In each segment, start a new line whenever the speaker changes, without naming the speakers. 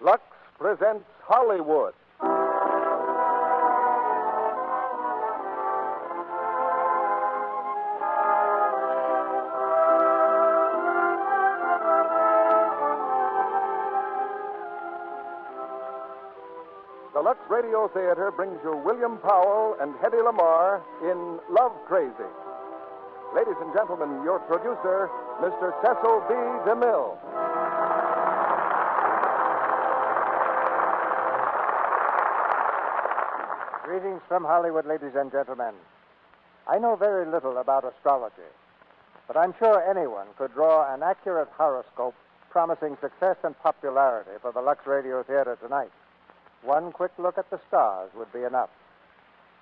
Lux presents Hollywood. The Lux Radio Theater brings you William Powell and Hetty Lamar in Love Crazy. Ladies and gentlemen, your producer, Mr. Cecil B. DeMille.
Greetings from Hollywood, ladies and gentlemen. I know very little about astrology, but I'm sure anyone could draw an accurate horoscope promising success and popularity for the Lux Radio Theater tonight. One quick look at the stars would be enough,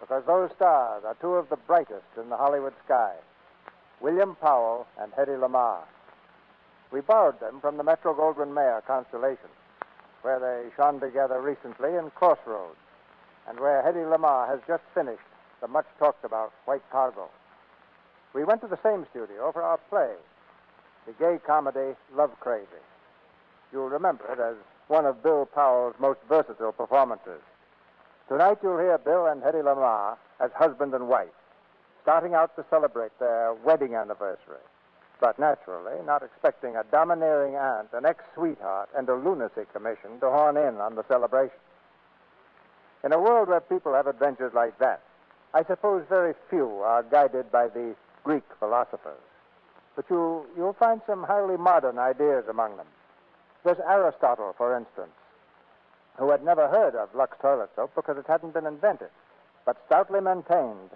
because those stars are two of the brightest in the Hollywood sky William Powell and Hetty Lamar. We borrowed them from the Metro Goldwyn Mayer constellation, where they shone together recently in Crossroads and where Hetty Lamar has just finished the much talked about White Cargo. We went to the same studio for our play, the gay comedy Love Crazy. You'll remember it as one of Bill Powell's most versatile performances. Tonight you'll hear Bill and Hetty Lamar as husband and wife, starting out to celebrate their wedding anniversary. But naturally, not expecting a domineering aunt, an ex sweetheart, and a lunacy commission to horn in on the celebration. In a world where people have adventures like that, I suppose very few are guided by the Greek philosophers. But you, you'll find some highly modern ideas among them. There's Aristotle, for instance, who had never heard of Lux toilet soap because it hadn't been invented, but stoutly maintained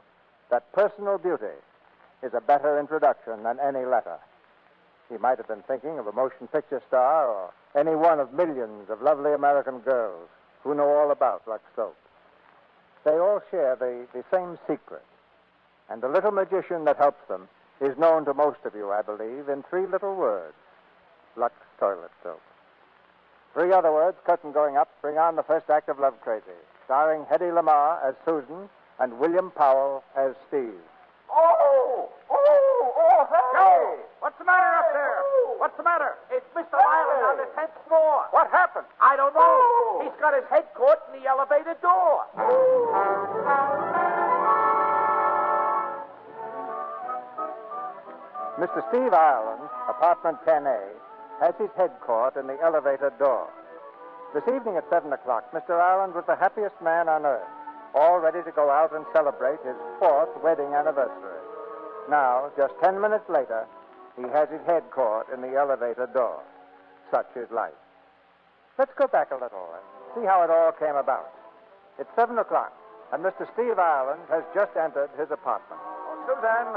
that personal beauty is a better introduction than any letter. He might have been thinking of a motion picture star or any one of millions of lovely American girls who know all about Lux soap. They all share the, the same secret, and the little magician that helps them is known to most of you, I believe, in three little words Lux toilet soap. Three other words, curtain going up, bring on the first act of Love Crazy, starring Hetty Lamar as Susan and William Powell as Steve.
Oh! Oh! Oh! Hey!
Joe!
What's the matter up there? What's the matter? It's Mr. Island on the tenth floor. What happened? Oh. I don't know. He's got his head caught in the elevator door.
Mr. Steve Ireland, apartment 10A, has his head caught in the elevator door. This evening at 7 o'clock, Mr. Ireland was the happiest man on earth, all ready to go out and celebrate his fourth wedding anniversary. Now, just 10 minutes later, he has his head caught in the elevator door. Such is life. Let's go back a little and see how it all came about. It's 7 o'clock, and Mr. Steve Ireland has just entered his apartment. Susan!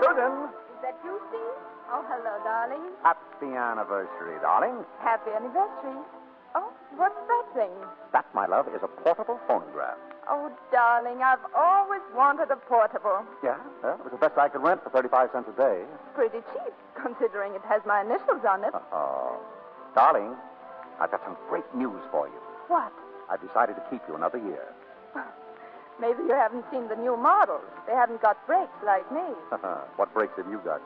Susan!
Is that you, Steve? Oh, hello, darling.
Happy anniversary, darling.
Happy anniversary. Oh, what's that thing?
That, my love, is a portable phonograph.
Oh, darling, I've always wanted a portable.
Yeah? Well, it was the best I could rent for 35 cents a day.
Pretty cheap, considering it has my initials on it.
Oh. Darling, I've got some great news for you.
What?
I've decided to keep you another year.
Maybe you haven't seen the new models. They haven't got brakes like me.
what breaks have you got?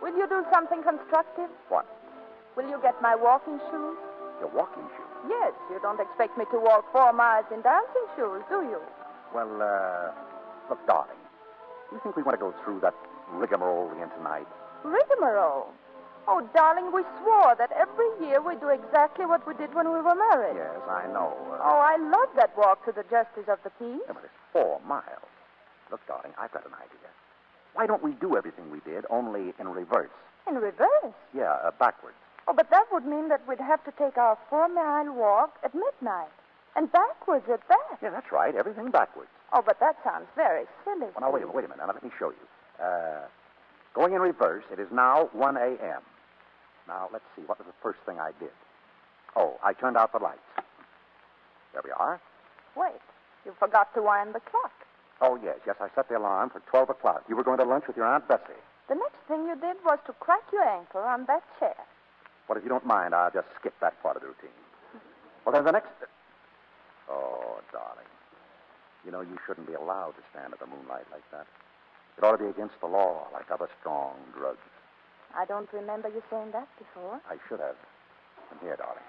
Will you do something constructive?
What?
Will you get my walking shoes?
Your walking shoe.
Yes, you don't expect me to walk four miles in dancing shoes, do you?
Well, uh, look, darling, do you think we want to go through that rigmarole again tonight?
Rigmarole. Oh, darling, we swore that every year we'd do exactly what we did when we were married.
Yes, I know. Uh,
Oh, I love that walk to the justice of the peace.
yeah, but it's four miles. Look, darling, I've got an idea. Why don't we do everything we did, only in reverse?
In reverse.
Yeah, uh, backwards.
Oh, but that would mean that we'd have to take our four mile walk at midnight. And backwards at that.
Yeah, that's right. Everything backwards.
Oh, but that sounds very silly.
Well, now, wait a minute. Wait a minute. Now, let me show you. Uh, going in reverse, it is now 1 a.m. Now, let's see. What was the first thing I did? Oh, I turned out the lights. There we are.
Wait, you forgot to wind the clock.
Oh, yes. Yes, I set the alarm for 12 o'clock. You were going to lunch with your Aunt Bessie.
The next thing you did was to crack your ankle on that chair.
Well, if you don't mind, I'll just skip that part of the routine. Well, then the next. Oh, darling. You know, you shouldn't be allowed to stand at the moonlight like that. It ought to be against the law, like other strong drugs.
I don't remember you saying that before.
I should have. Come here, darling.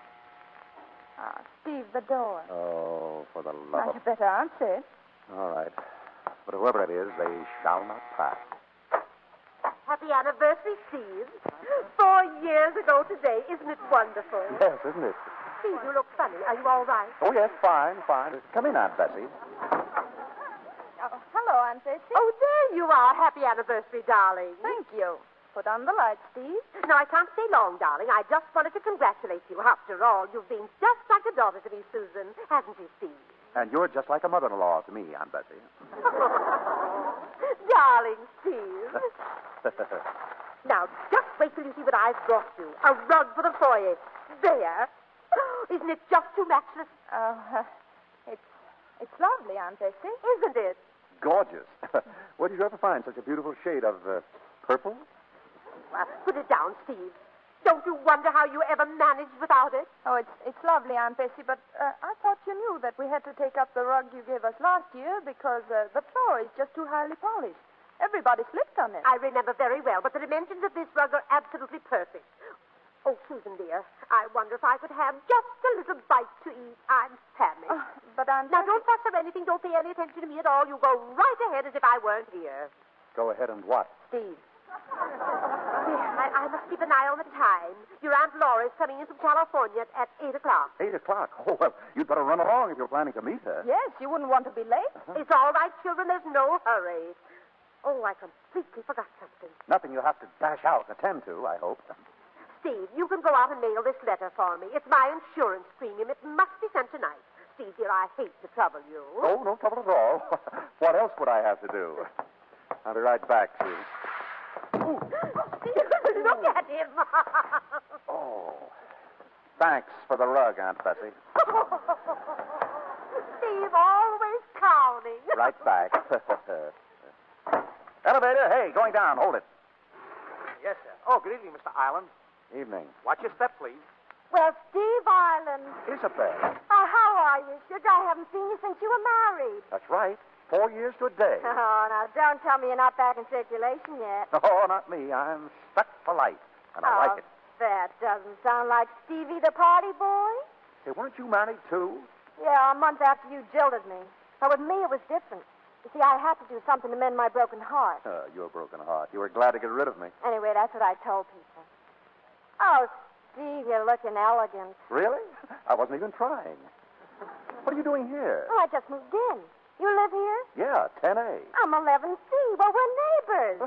Ah, Steve, the door.
Oh, for the
now,
love
you
of.
better answer it.
All right. But whoever it is, they shall not pass.
Happy anniversary, Steve. Four years ago today. Isn't it wonderful?
Yes, isn't it?
Steve, you look funny. Are you all right?
Oh, yes, fine, fine. Come in, Aunt Bessie.
Oh, hello, Aunt Betsy.
Oh, there you are. Happy anniversary, darling.
thank you. Put on the light, Steve.
Now, I can't stay long, darling. I just wanted to congratulate you. After all, you've been just like a daughter to me, Susan, hasn't she, Steve?
And you're just like a mother in law to me, Aunt Bessie.
darling Steve. now, just wait till you see what I've brought you. A rug for the foyer. There. Isn't it just too matchless?
Oh, it's it's lovely, Aunt Betsy.
Isn't it?
Gorgeous. Where did you ever find such a beautiful shade of uh, purple?
Well, put it down, Steve. Don't you wonder how you ever managed without it?
Oh, it's it's lovely, Aunt Betsy. But uh, I thought you knew that we had to take up the rug you gave us last year because uh, the floor is just too highly polished. Everybody slipped on it.
I remember very well, but the dimensions of this rug are absolutely perfect. Oh, Susan dear, I wonder if I could have just a little bite to eat. I'm famished.
Oh, but Aunt
now,
Betsy-
don't fuss or anything. Don't pay any attention to me at all. You go right ahead as if I weren't here.
Go ahead and what?
Steve.
I, I must keep an eye on the time. Your Aunt Laura is coming in from California at 8 o'clock.
Eight o'clock. Oh, well, you'd better run along if you're planning to meet her.
Yes, you wouldn't want to be late.
Uh-huh.
It's all right, children. There's no hurry. Oh, I completely forgot something.
Nothing you'll have to dash out and attend to, I hope.
Steve, you can go out and mail this letter for me. It's my insurance premium. It must be sent tonight. Steve, dear, I hate to trouble you.
Oh, no trouble at all. what else would I have to do? I'll be right back, Sue.
Steve, look at him.
Oh. Thanks for the rug, Aunt Bessie.
Steve, always clowning.
Right back. Elevator, hey, going down. Hold it.
Yes, sir. Oh, good evening, Mr. Island.
Evening.
Watch your step, please.
Well, Steve Ireland,
Isabel.
oh, how are you? Sugar, I haven't seen you since you were married.
That's right. Four years to a day.
Oh, now don't tell me you're not back in circulation yet. Oh,
oh, not me. I'm stuck for life, and I like it.
That doesn't sound like Stevie the party boy.
Hey, weren't you married, too?
Yeah, a month after you jilted me. But with me, it was different. You see, I had to do something to mend my broken heart.
Uh, you're a broken heart. You were glad to get rid of me.
Anyway, that's what I told people. Oh, Steve, you're looking elegant.
Really? I wasn't even trying. What are you doing here?
Oh, I just moved in. You live here?
Yeah, 10A.
I'm 11C. Well, we're neighbors.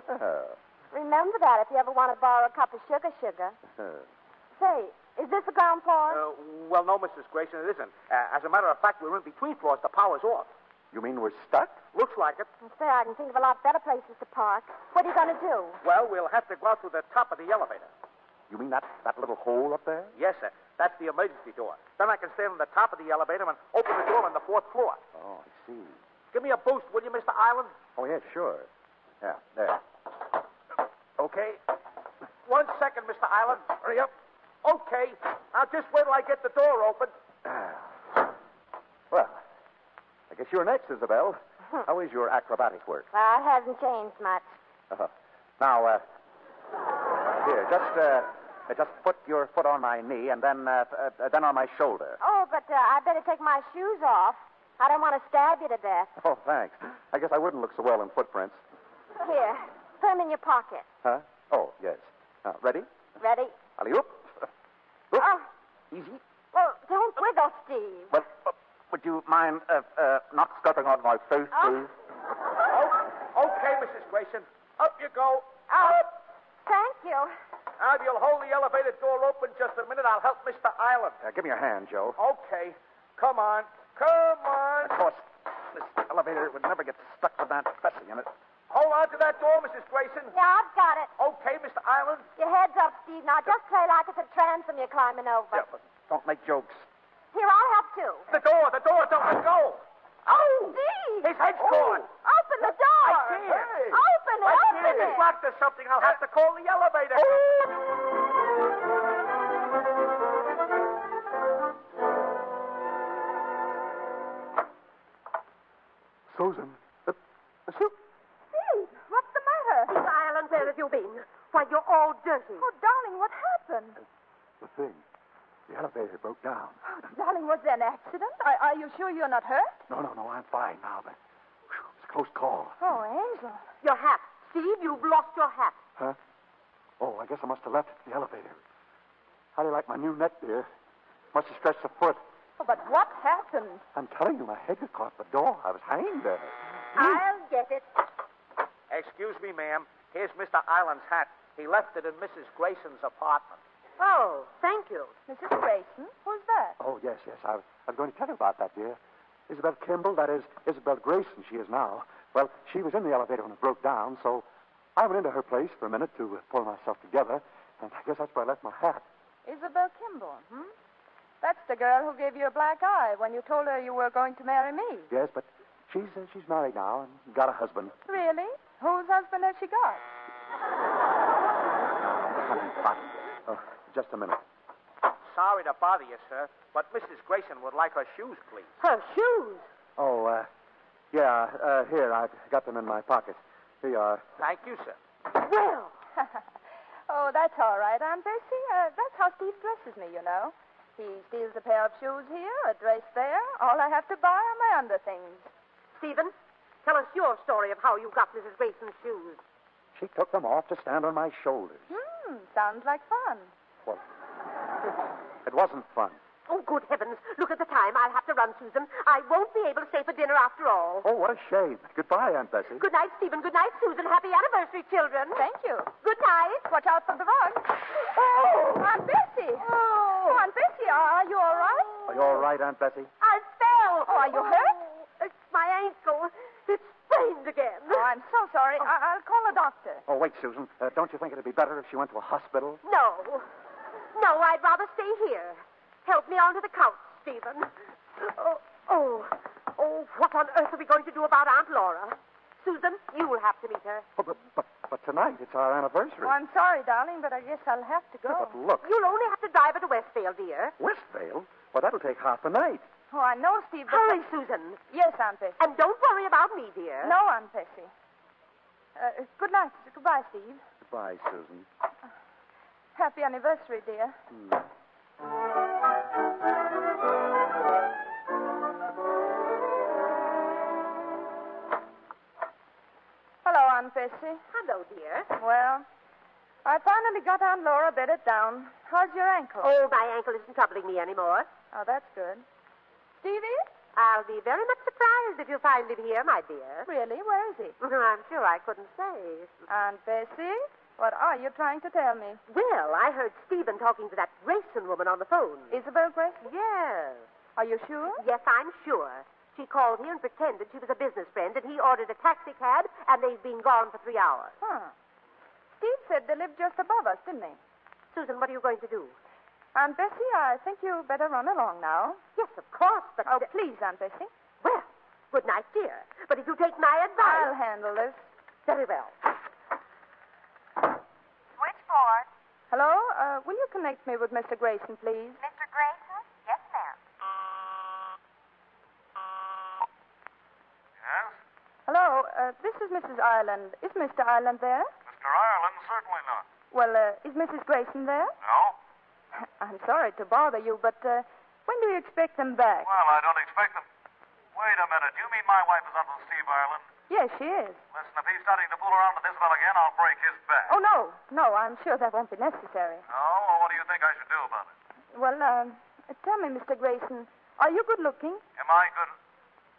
Remember that if you ever want to borrow a cup of sugar, sugar. Say, is this the ground floor?
Uh, well, no, Mrs. Grayson, it isn't. Uh, as a matter of fact, we're in between floors. The power's off.
you mean we're stuck?
Looks like it.
Say, I can think of a lot better places to park. What are you going to do?
Well, we'll have to go out through the top of the elevator.
You mean that, that little hole up there?
Yes, sir. That's the emergency door. Then I can stand on the top of the elevator and open the door on the fourth floor.
Oh, I see.
Give me a boost, will you, Mr. Island?
Oh, yeah, sure. Yeah, there.
Okay. One second, Mr. Island. Hurry up. Okay. Now just wait till I get the door open.
Well, I guess you're next, Isabel. How is your acrobatic work?
Well, it hasn't changed much.
Uh-huh. Now, uh, here, just, uh, uh, just put your foot on my knee and then, uh, uh, uh, then on my shoulder.
Oh, but uh, I better take my shoes off. I don't want to stab you to death.
Oh, thanks. I guess I wouldn't look so well in footprints.
Here, put 'em in your pocket.
Huh? Oh, yes. Uh, ready?
Ready?
Alley oop. Oop.
Oh,
Easy.
well, don't wiggle, Steve.
Well, uh, would you mind uh, uh, not stepping on my face, please?
Oh, okay, Mrs. Grayson. Up you go.
Out. Thank you.
Now, if you'll hold the elevator door open just a minute, I'll help Mr. Island.
Uh, give me your hand, Joe.
Okay. Come on. Come on.
Of course, this elevator would never get stuck with that Bessie in it.
Hold on to that door, Mrs. oh, Grayson.
Now, I've got it.
Okay, Mr. Island.
Your head's up, Steve. Now, just play like it's a transom you're climbing over.
Yeah, but don't make jokes.
Here, I'll help too.
The door, the door, don't let go. Oh!
Steve!
His head's
Oh.
gone.
Open the door! Oh,
I see it. Hey.
Open it,
I see
open
It's
it! Oh.
locked or something. I'll have to call the elevator.
Susan. Uh, Su-
Steve, what's the matter?
Miss Ireland, where have you been? Why, you're all dirty. Oh, darling, what happened?
the thing. The elevator broke down.
Oh, darling, was there an accident? Are, are you sure you're not hurt?
No, no, no. I'm fine now, but whew, it's a close call.
Oh, Angel.
Your hat. Steve, you've lost your hat.
Huh? Oh, I guess I must have left the elevator. How do you like my new neck, dear? Must have stretched a foot.
Oh, but what happened?
I'm telling you, my head got caught in the door. I was hanging there.
I'll get it.
Excuse me, ma'am. Here's Mr. Island's hat. He left it in Mrs. Grayson's apartment.
Oh, thank you.
Mrs. Grayson? hmm? Who's that?
Oh, yes, yes. I was, I was going to tell you about that, dear. Isabel Kimball, that is Isabel Grayson, she is now. Well, she was in the elevator when it broke down, so I went into her place for a minute to uh, pull myself together, and I guess that's where I left my hat.
Isabel Kimball, hmm? That's the girl who gave you a black eye when you told her you were going to marry me.
Yes, but she's uh, she's married now and got a husband.
Really? Whose husband has she got?
Honey, but, oh, just a minute.
Sorry to bother you, sir, but Mrs. Grayson would like her shoes, please.
Her shoes.
Oh, uh, yeah, uh, here I've got them in my pocket. Here you are.
Thank you, sir.
Well,
oh, that's all right, Aunt Bessie. Uh, that's how Steve dresses me, you know. He steals a pair of shoes here, a dress there. All I have to buy are my underthings.
Stephen, tell us your story of how you got Mrs. Grayson's shoes.
She took them off to stand on my shoulders.
Hmm, sounds like fun.
Well, it wasn't fun.
Oh, good heavens. Look at the time. I'll have to run, Susan. I won't be able to stay for dinner after all.
Oh, what a shame. Goodbye, Aunt Bessie.
Good night, Stephen. Good night, Susan. Happy anniversary, children.
Thank you.
Good night.
Watch out for the rug. Oh, Aunt Bessie. Oh, Aunt Bessie, are are you all right?
Are you all right, Aunt Bessie?
I fell.
Oh, are you hurt?
It's my ankle. It's sprained again.
Oh, I'm so sorry. I- I'll call a doctor.
Oh, wait, Susan. Uh, don't you think it'd be better if she went to a hospital?
No. No, I'd rather stay here. Help me onto the couch, Stephen. Oh, oh, oh, what on earth are we going to do about Aunt Laura? Susan, you'll have to meet her.
Oh, but, but, but tonight, it's our anniversary.
Oh, I'm sorry, darling, but I guess I'll have to go.
But look,
You'll only have to drive her to Westvale, dear.
Westvale? Well, that'll take half the night.
Oh, I know, Steve, but...
Hurry, Susan.
Yes, Aunt Bessie.
And don't worry about me, dear.
No, Aunt Bessie. Uh, good night. Goodbye, Steve.
Goodbye, Susan.
Happy anniversary, dear. Hello, Aunt Bessie.
Hello, dear.
Well, I finally got Aunt Laura bedded down. How's your ankle?
Oh, my ankle isn't troubling me anymore.
Oh, that's good. Stevie?
I'll be very much surprised if you find him here, my dear.
Really? Where is he?
I'm sure I couldn't say.
Aunt Bessie, what are you trying to tell me?
Well, I heard Stephen talking to that Grayson woman on the phone.
Isabel Grayson?
Yes.
Are you sure?
Yes, I'm sure. She called here and pretended she was a business friend, and he ordered a taxi cab, and they've been gone for three hours.
Huh. Steve said they lived just above us, didn't he?
Susan, what are you going to do?
Aunt Bessie, I think you better run along now.
Oh, Yes, of course, but.
Oh, please, Aunt Bessie.
Well, good night, dear. But if you take my
I'll
advice.
handle this.
Very well.
Switchboard.
Hello? Uh, will you connect me with Mr. Grayson, please?
Mr. Grayson? Yes, ma'am.
Yes?
Hello? Uh, this is Mrs. Ireland. Is Mr. Ireland there?
Mr. Ireland, certainly not.
Well, uh, is Mrs. Grayson there?
No?
I'm sorry to bother you, but uh, when do you expect them back?
Well, I don't expect them. Wait a minute. You mean my wife is Uncle Steve Ireland?
Yes, she is.
Listen, if he's starting to fool around with this fellow again, I'll break his back.
Oh, no, no, I'm sure that won't be necessary.
No? Well, what do you think I should do about it?
Well, um, tell me, Mr. Grayson, are you good looking?
Am I good?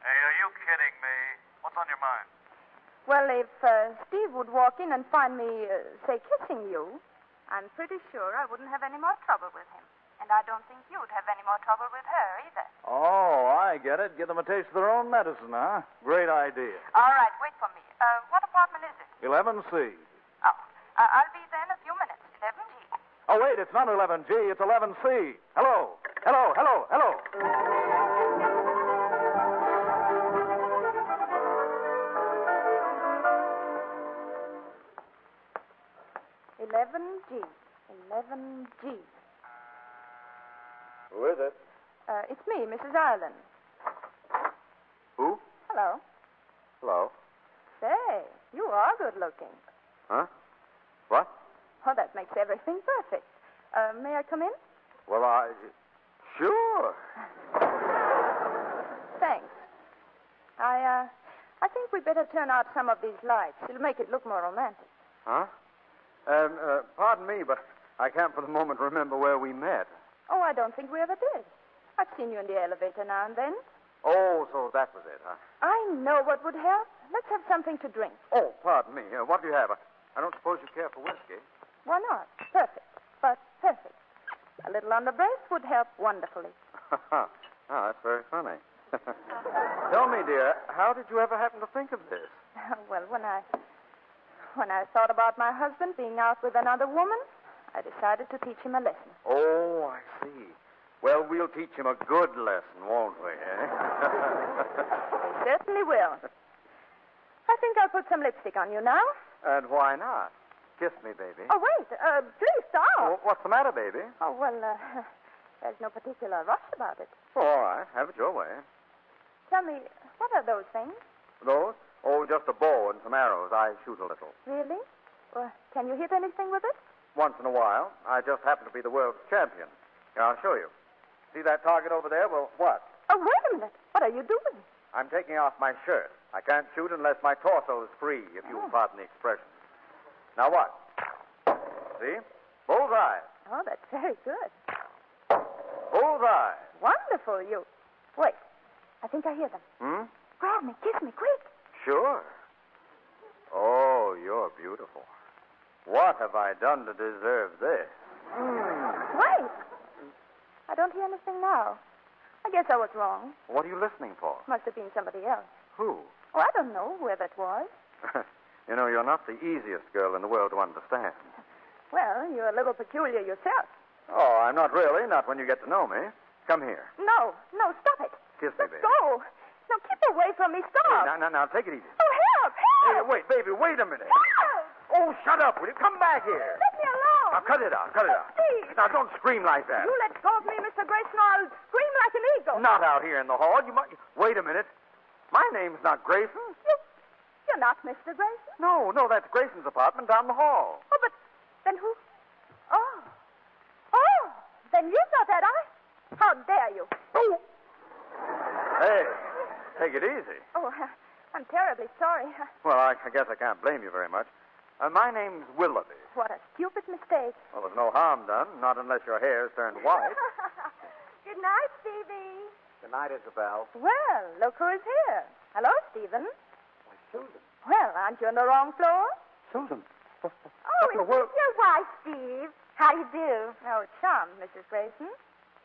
Hey, are you kidding me? What's on your mind?
Well, if uh, Steve would walk in and find me, uh, say, kissing you,
I'm pretty sure I wouldn't have any more trouble with him. And I don't think you'd have any more trouble with her either.
Oh, I get it. Give them a taste of their own medicine, huh? Great idea.
All right, wait for me. Uh, what apartment is it?
11C.
Uh, I'll be there in a few minutes. 11G.
Oh, wait, it's not 11G, it's 11C. Hello, hello, hello, hello.
Eleven G. Eleven G.
Who is it?
Uh, it's me, Mrs. Ireland.
Who?
Hello.
Hello.
Say, you are good looking.
Huh? What?
Oh, that makes everything perfect. Uh, may I come in?
Well, I. Sure.
Thanks. I, uh, I think we better turn out some of these lights. It'll make it look more romantic.
Huh? Um, uh, pardon me, but I can't for the moment remember where we met.
Oh, I don't think we ever did. I've seen you in the elevator now and then.
Oh, so that was it, huh?
I know what would help. Let's have something to drink.
Oh, pardon me. Uh, what do you have? I don't suppose you care for whiskey.
Why not? Perfect. But perfect. A little on the breast would help wonderfully.
oh, that's very funny. Tell me, dear, how did you ever happen to think of this?
well, when I when I thought about my husband being out with another woman, I decided to teach him a lesson.
Oh, I see. Well, we'll teach him a good lesson, won't we?
He
Eh?
certainly will. I think I'll put some lipstick on you now.
and why not? Kiss me, baby.
Oh, wait. Uh, please stop.
Oh, what's the matter, baby?
Oh, well, uh, there's no particular rush about it.
Oh, all right. Have it your way.
Tell me, what are those things?
Those? Oh, just a bow and some arrows. I shoot a little.
Really? Well, can you hit anything with it?
Once in a while, I just happen to be the world's champion. Here, I'll show you. See that target over there? Well, what?
Oh, wait a minute. What are you doing?
I'm taking off my shirt. I can't shoot unless my torso is free, if you'll pardon the expression. Now what? See? Bullseye.
Oh, that's very good.
Bullseye.
Wonderful, you. Wait. I think I hear them.
Hmm?
Grab me. Kiss me. Quick.
Sure. Oh, you're beautiful. What have I done to deserve this?
Wait. I don't hear anything now. I guess I was wrong.
What are you listening for?
Must have been somebody else.
Who?
Oh, I don't know where that was.
you know, you're not the easiest girl in the world to understand.
Well, you're a little peculiar yourself.
Oh, I'm not really, not when you get to know me. Come here.
No, no, stop it.
Kiss me, baby.
Go. Now keep away from me.
Hey,
Stop.
now, now, now, take it easy.
Oh, help,
Hey,
help.
wait, baby, wait a minute.
Help.
Oh, shut up, will you? Come back here.
Let me alone.
Now, cut it out, cut it out.
Please.
Now, don't scream like that.
You let go of me, Mr. Grayson, or I'll scream like an eagle.
Not out here in the hall. You might. Wait a minute. My name's not Grayson.
You're not Mr. Grayson.
No, no, that's Grayson's apartment down the hall.
Oh, but then who? Oh. Oh, then you thought that I? How dare you?
Oh. Hey, take it easy.
Oh, I'm terribly sorry. Uh,
Well, I, I guess I can't blame you very much. Uh, my name's Willoughby.
What a stupid mistake.
Well, there's no harm done, not unless your hair's turned white.
Good night, Stevie.
Good night, Isabel.
Well, look who is here. Hello, Stephen.
Susan.
Well, aren't you on the wrong floor?
Susan.
Oh,
in the world?
your wife, Steve? How do you do? Oh, charmed, Mrs. Grayson.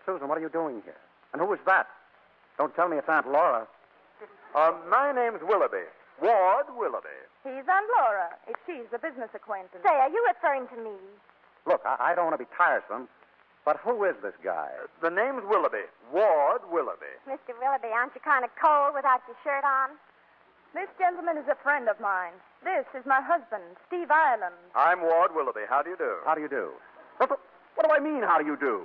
Susan, what are you doing here? And who is that? Don't tell me it's Aunt Laura. Uh, my name's Willoughby. Ward Willoughby.
He's Aunt Laura, if she's a business acquaintance.
Say, are you referring to me?
Look, I, I don't want to be tiresome, but who is this guy?
The name's Willoughby. Ward Willoughby.
Mr. Willoughby, aren't you kind of cold without your shirt on?
This gentleman is a friend of mine. This is my husband, Steve Ireland.
I'm Ward Willoughby. How do you do?
How do you do? What, the- what do I mean, how do you do?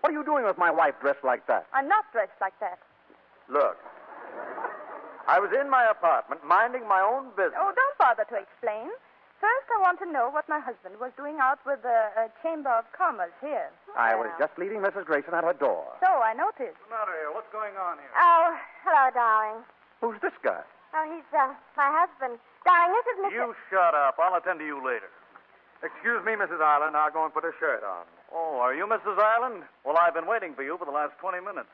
What are you doing with my wife dressed like that?
I'm not dressed like that.
Look, I was in my apartment minding my own business.
Oh, don't bother to explain. First, I want to know what my husband was doing out with the uh, Chamber of Commerce here.
I was just leaving Mrs. Grayson at her door.
So I noticed.
What's the matter here? What's going on here?
Oh, hello, darling.
Who's this guy?
Oh, he's uh, my husband. Darling, this is Mr.
You shut up. I'll attend to you later.
Excuse me, Mrs. Island. I'll go and put a shirt on.
Oh, are you Mrs. Island? Well, I've been waiting for you for the last 20 minutes.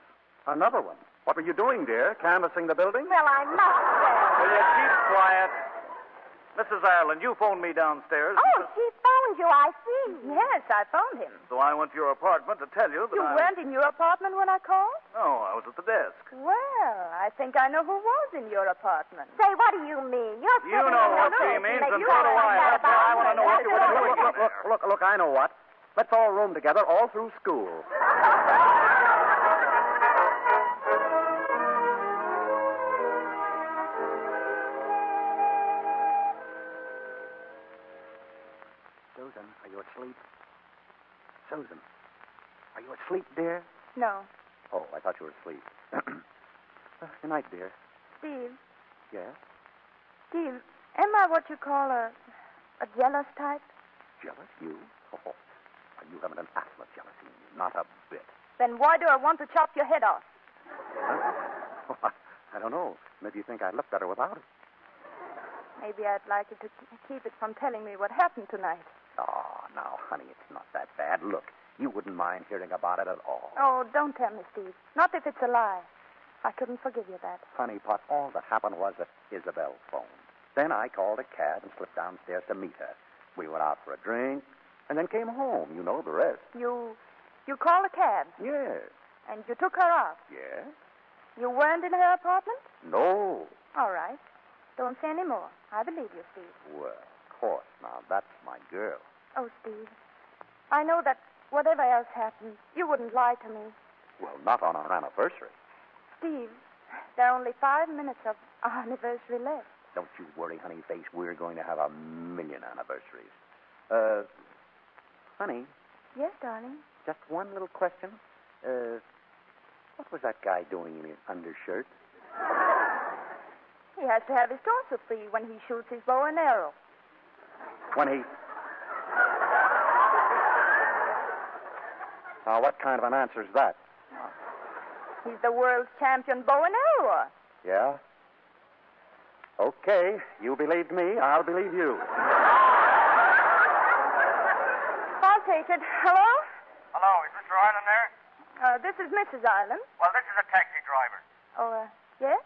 Another one. What were you doing, dear? Canvassing the building?
Well, I must.
Will you keep quiet? Mrs. Ireland, you phoned me downstairs.
Oh, she phoned you, I see.
Yes, I phoned him.
So I went to your apartment to tell you that
You
I...
weren't in your apartment when I called?
No, I was at the desk.
Well, I think I know who was in your apartment.
Say, what do you mean? You're
You know what she means, and so do I. That's why I want to know what you were
Look,
doing
look,
in
look,
there.
look, look, I know what. Let's all room together all through school. Susan, are you asleep? Susan, are you asleep, dear?
No.
Oh, I thought you were asleep. Uh, Good night, dear.
Steve,
Yes?
Steve, am I what you call a, a jealous type?
Jealous? You? Oh, you haven't an atom of jealousy in you. Not a bit.
Then why do I want to chop your head off?
Oh, I, I don't know. Maybe you think I look better without it.
Maybe I'd like you to k- keep it from telling me what happened tonight.
Oh, now, honey, it's not that bad. Look, you wouldn't mind hearing about it at all.
Oh, don't tell me, Steve. Not if it's a lie. I couldn't forgive you that.
Honey pot, all that happened was that Isabel phoned. Then I called a cab and slipped downstairs to meet her. We went out for a drink and then came home. You know the rest.
You, you called a cab
Yes.
and you took her off.
Yes?
You weren't in her apartment?
No.
All right. Don't say any more. I believe you, Steve.
Well, of course. Now, that's my girl.
Oh, Steve, I know that whatever else happened, you wouldn't lie to me.
Well, not on our anniversary.
Steve, there are only five minutes of our anniversary left.
Don't you worry, honey face. We're going to have a million anniversaries. Uh, honey,
Yes, darling.
just one little question. Uh, what was that guy doing in his undershirt?
He has to have his torso free when he shoots his bow and arrow.
When he. Now, what kind of an answer is that?
He's the world's champion bow and arrower.
Yeah? Okay, you believed me, I'll believe you.
I'll take it. Hello?
Hello, is Mr. Ireland there?
Uh, this is Mrs. Island.
Well, this is a taxi driver.
Oh, uh, yes?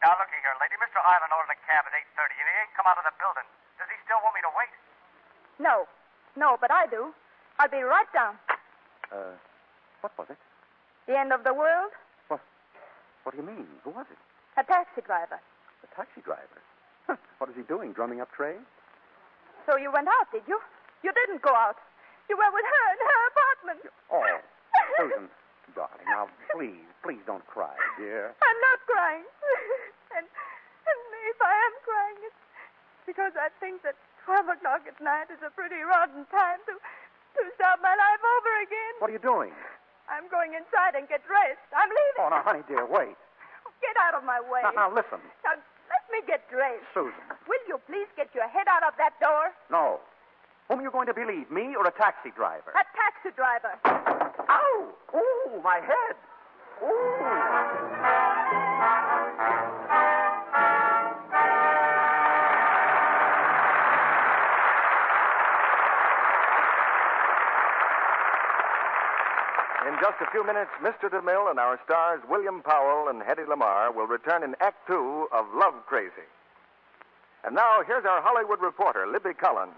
Now, looky here, lady. Mr. Island ordered a cab at 8.30, and he ain't come out of the building. Does he still want me to wait?
No. No, but I do. I'll be right down.
Uh, what was it?
The end of the world?
What do you mean? Who was it?
A taxi driver.
A taxi driver. Huh, what is he doing? Drumming up trays?
So you went out, did you? You didn't go out. You were with her in her apartment.
Oh, Susan, darling, now please, please don't cry, dear.
I'm not crying. and, and if I am crying, it's because I think that 12 o'clock at night is a pretty rotten time to, to start my life over again.
What are you doing?
I'm going inside and get dressed. I'm leaving.
Oh, now, honey, dear, wait.
Get out of my way.
Now, now, listen,
Now, let me get dressed.
Susan.
Will you please get your head out of that door?
No. Whom are you going to believe, me or a taxi driver?
A taxi driver.
Ow! Ooh, my head!
In just a few minutes, Mr. DeMille and our stars William Powell and Hetty Lamar will return in Act Two of Love Crazy. And now, here's our Hollywood reporter, Libby Collins.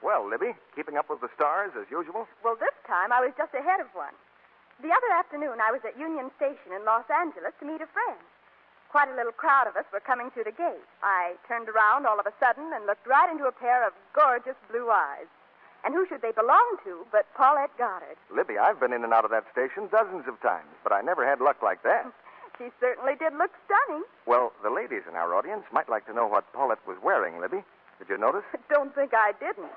Well, Libby, keeping up with the stars as usual?
Well, this time I was just ahead of one. The other afternoon, I was at Union Station in Los Angeles to meet a friend. Quite a little crowd of us were coming through the gate. I turned around all of a sudden and looked right into a pair of gorgeous blue eyes. And who should they belong to but Paulette Goddard?
Libby, I've been in and out of that station dozens of times, but I never had luck like that.
She certainly did look stunning.
Well, the ladies in our audience might like to know what Paulette was wearing, Libby. Did you notice?
Don't think I didn't.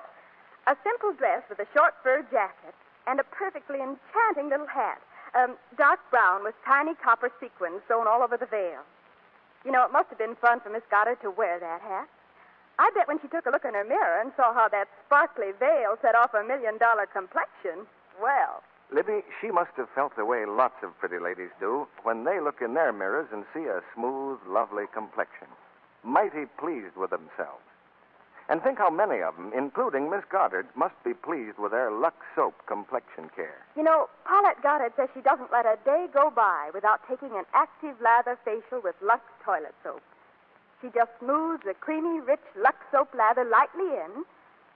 A simple dress with a short fur jacket and a perfectly enchanting little hat, um, dark brown with tiny copper sequins sewn all over the veil. You know, it must have been fun for Miss Goddard to wear that hat. I bet when she took a look in her mirror and saw how that sparkly veil set off her million dollar complexion, well,
Libby, she must have felt the way lots of pretty ladies do when they look in their mirrors and see a smooth, lovely complexion, mighty pleased with themselves. And think how many of them, including Miss Goddard, must be pleased with their Lux Soap complexion care.
You know, Paulette Goddard says she doesn't let a day go by without taking an active lather facial with Lux toilet soap. She just smooths the creamy, rich Lux soap lather lightly in,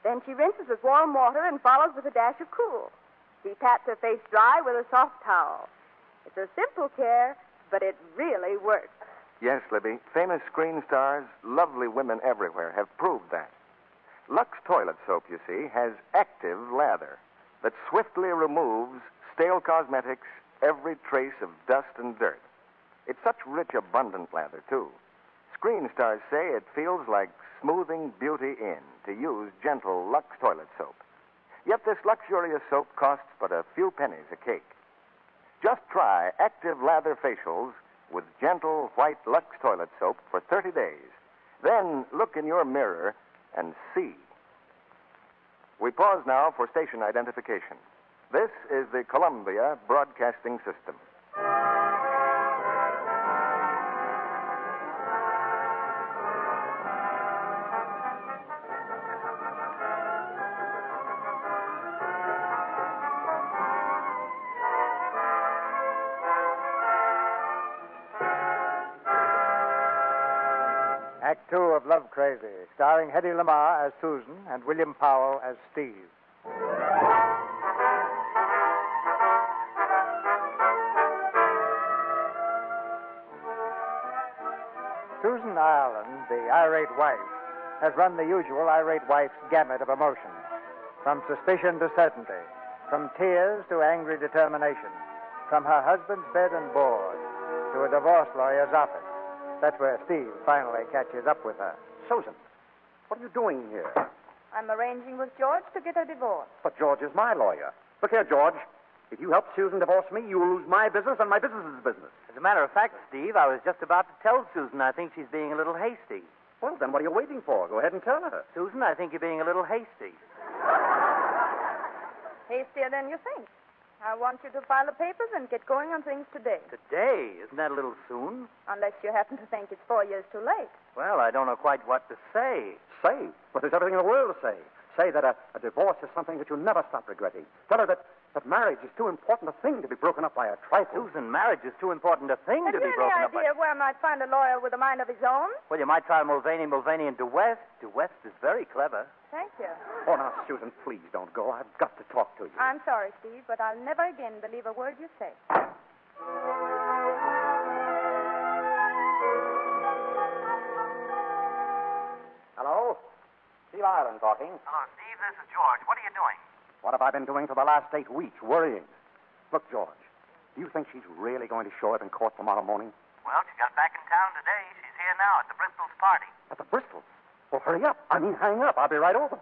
then she rinses with warm water and follows with a dash of cool. She pats her face dry with a soft towel. It's a simple care, but it really works.
Yes, Libby, famous screen stars, lovely women everywhere have proved that. Lux toilet soap, you see, has active lather that swiftly removes stale cosmetics, every trace of dust and dirt. It's such rich, abundant lather, too. Screen stars say it feels like smoothing beauty in to use gentle Lux toilet soap. Yet this luxurious soap costs but a few pennies a cake. Just try active lather facials with gentle white Lux toilet soap for 30 days. Then look in your mirror and see. We pause now for station identification. This is the Columbia Broadcasting System.
Act two of Love Crazy, starring Hetty Lamar as Susan and William Powell as Steve. Susan Ireland, the irate wife, has run the usual irate wife's gamut of emotions from suspicion to certainty, from tears to angry determination, from her husband's bed and board to a divorce lawyer's office. That's where Steve finally catches up with her.
Uh, Susan, what are you doing here?
I'm arranging with George to get a divorce.
But George is my lawyer. Look here, George. If you help Susan divorce me, you'll lose my business and my business's business.
As a matter of fact, Steve, I was just about to tell Susan I think she's being a little hasty.
Well, then what are you waiting for? Go ahead and tell her.
Susan, I think you're being a little hasty.
Hastier than you think. I want you to file the papers and get going on things today.
Today? Isn't that a little soon?
Unless you happen to think it's four years too late.
Well, I don't know quite what to say.
Say? Well, there's everything in the world to say. Say that a, a divorce is something that you'll never stop regretting. Tell her that, that marriage is too important a thing to be broken up by a trifle.
Susan, marriage is too important a thing
Have
to be
you any
broken up by.
idea where I might find a lawyer with a mind of his own?
Well, you might try Mulvaney, Mulvaney, and DeWest. DeWest is very clever.
Thank you.
Oh, now, Susan, please don't go. I've got to talk to you.
I'm sorry, Steve, but I'll never again believe a word you say.
Hello? Steve Ireland talking.
Hello, Steve. This is George. What are you doing?
What have I been doing for the last eight weeks? Worrying. Look, George, do you think she's really going to show up in court tomorrow morning?
Well, she got back in town today. She's here now at the Bristol's party.
At the Bristol? Well, hurry up. I mean, hang up. I'll be right over.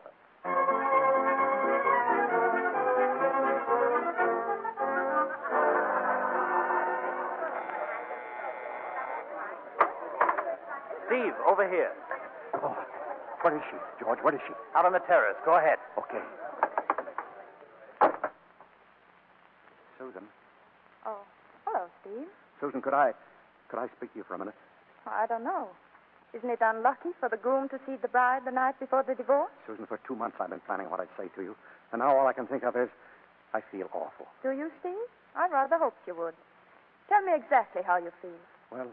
Steve, over here.
Oh, where is she, George? Where is she?
Out on the terrace. Go ahead.
Okay. Susan,
Oh, hello, Steve.
Susan, could I, could I speak to you for a minute?
I don't know. Isn't it unlucky for the groom to see the bride the night before the divorce?
Susan, for two months I've been planning what I'd say to you, and now all I can think of is, I feel awful.
Do you, Steve? I rather hoped you would. Tell me exactly how you feel.
Well,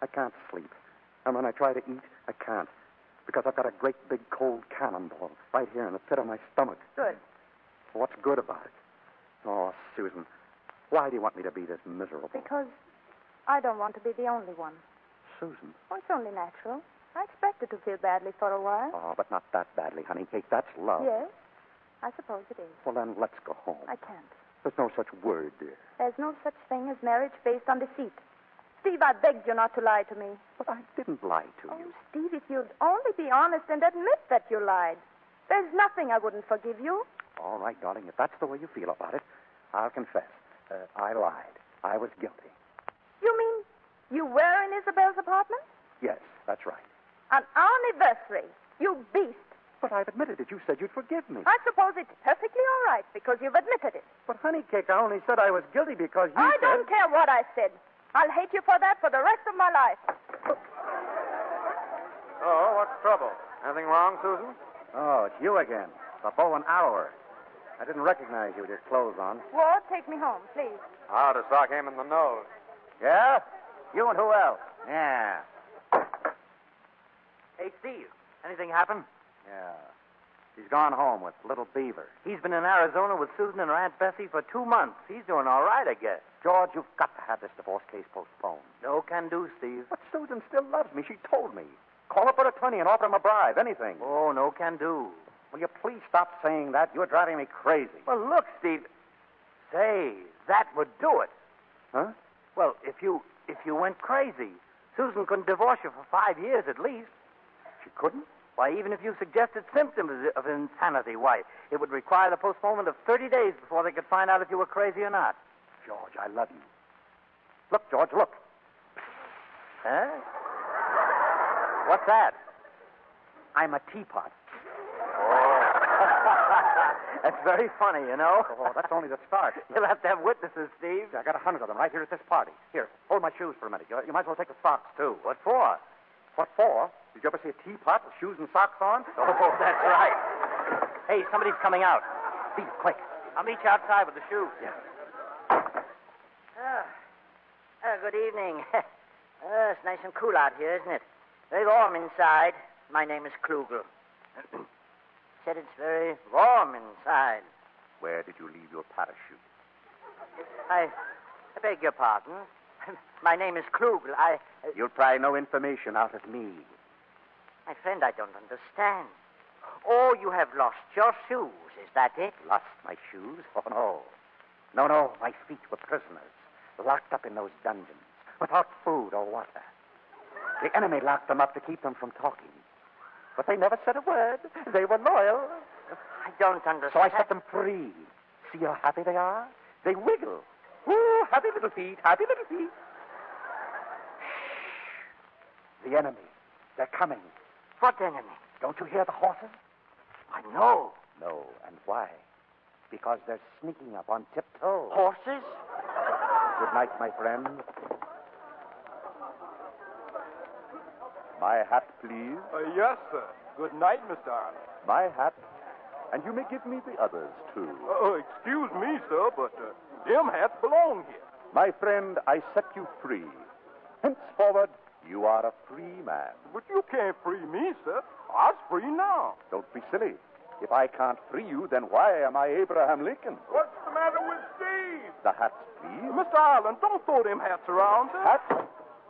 I can't sleep, and when I try to eat, I can't, because I've got a great big cold cannonball right here in the pit of my stomach.
Good.
What's good about it? Oh, Susan, why do you want me to be this miserable?
Because I don't want to be the only one.
Susan.
Oh, it's only natural. I expected to feel badly for a while.
Oh, but not that badly, honey cake. That's love.
Yes, I suppose it is.
Well, then let's go home.
I can't.
There's no such word, dear.
There's no such thing as marriage based on deceit. Steve, I begged you not to lie to me.
But I didn't lie to
Oh,
you.
Steve, if you'd only be honest and admit that you lied. There's nothing I wouldn't forgive you.
All right, darling, if that's the way you feel about it, I'll confess. Uh, I lied. I was guilty.
You mean you were in Isabel's apartment?
Yes, that's right.
On our anniversary. You beast.
But I've admitted it. You said you'd forgive me.
I suppose it's perfectly all right because you've admitted it.
But, honey cake, I only said I was guilty because you
I
said...
don't care what I said. I'll hate you for that for the rest of my life.
Oh, what's the trouble? Anything wrong, Susan?
Oh, it's you again. The bow and arrower. I didn't recognize you with your clothes on.
Ward, take me home, please.
I ought to sock him in the nose.
Yeah? You and who else? Yeah.
Hey, Steve, anything happen?
Yeah. He's gone home with little Beaver.
He's been in Arizona with Susan and her Aunt Bessie for two months. He's doing all right, I guess.
George, you've got to have this divorce case postponed.
No can do, Steve.
But Susan still loves me. She told me. Call up her attorney and offer him a bribe, anything.
Oh, no can do.
Will you please stop saying that? You're driving me crazy.
Well, look, Steve. Say, that would do it.
Huh?
Well, if you if you went crazy, Susan couldn't divorce you for five years at least.
She couldn't?
Why, even if you suggested symptoms of insanity, why, it would require the postponement of 30 days before they could find out if you were crazy or not.
George, I love you. Look, George, look.
Huh? What's that?
I'm a teapot.
That's very funny, you know.
Oh, that's only the start.
You'll have to have witnesses, Steve.
I got a hundred of them right here at this party. Here, hold my shoes for a minute. You, you might as well take the socks, too.
What for?
What for? Did you ever see a teapot with shoes and socks on?
Oh, that's right. Hey, somebody's coming out.
Steve, quick.
I'll meet you outside with the shoes.
Yeah.
Oh. oh, good evening. oh, it's nice and cool out here, isn't it? Very warm inside. My name is Klugel. Said it's very warm inside.
Where did you leave your parachute?
I, I beg your pardon. My name is Klugel. I. Uh,
You'll pry no information out of me.
My friend, I don't understand. Oh, you have lost your shoes. Is that it?
Lost my shoes? Oh, no. No, no. My feet were prisoners, locked up in those dungeons, without food or water. The enemy locked them up to keep them from talking. But they never said a word. They were loyal.
I don't understand.
So I set them free. See how happy they are? They wiggle. Ooh, happy little feet, happy little feet. The enemy. They're coming.
What enemy?
Don't you hear the horses?
I know.
No, and why? Because they're sneaking up on tiptoe.
Horses?
Good night, my friend. My hat, please.
Uh, yes, sir. Good night, Mr. Arnold.
My hat. And you may give me the others, too.
Oh, excuse me, sir, but uh, them hats belong here.
My friend, I set you free. Henceforward, you are a free man.
But you can't free me, sir. I'm free now.
Don't be silly. If I can't free you, then why am I Abraham Lincoln?
What's the matter with Steve?
The hats, please.
Mr. Ireland, don't throw them hats around, sir.
Hats?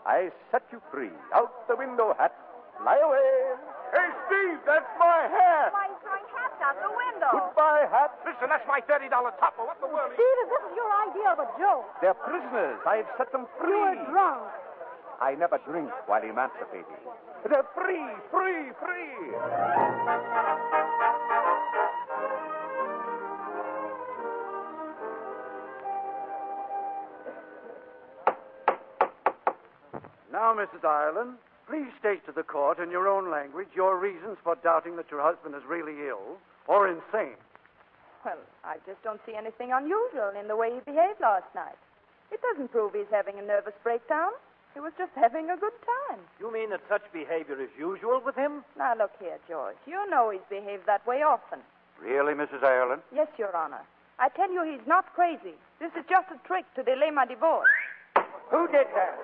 I set you free. Out the window, hat. Fly away.
Hey, Steve, that's my hat.
Why, he's throwing hats out the window.
Goodbye, hat.
Listen, that's my $30 topper. What the world?
Steve, is this your idea of a joke?
They're prisoners. I've set them free.
You're drunk.
I never drink while emancipated. They're free, free, free.
Now, Mrs. Ireland, please state to the court in your own language your reasons for doubting that your husband is really ill or insane.
Well, I just don't see anything unusual in the way he behaved last night. It doesn't prove he's having a nervous breakdown. He was just having a good time.
You mean that such behavior is usual with him?
Now, look here, George. You know he's behaved that way often.
Really, Mrs. Ireland?
Yes, Your Honor. I tell you, he's not crazy. This is just a trick to delay my divorce.
Who did that?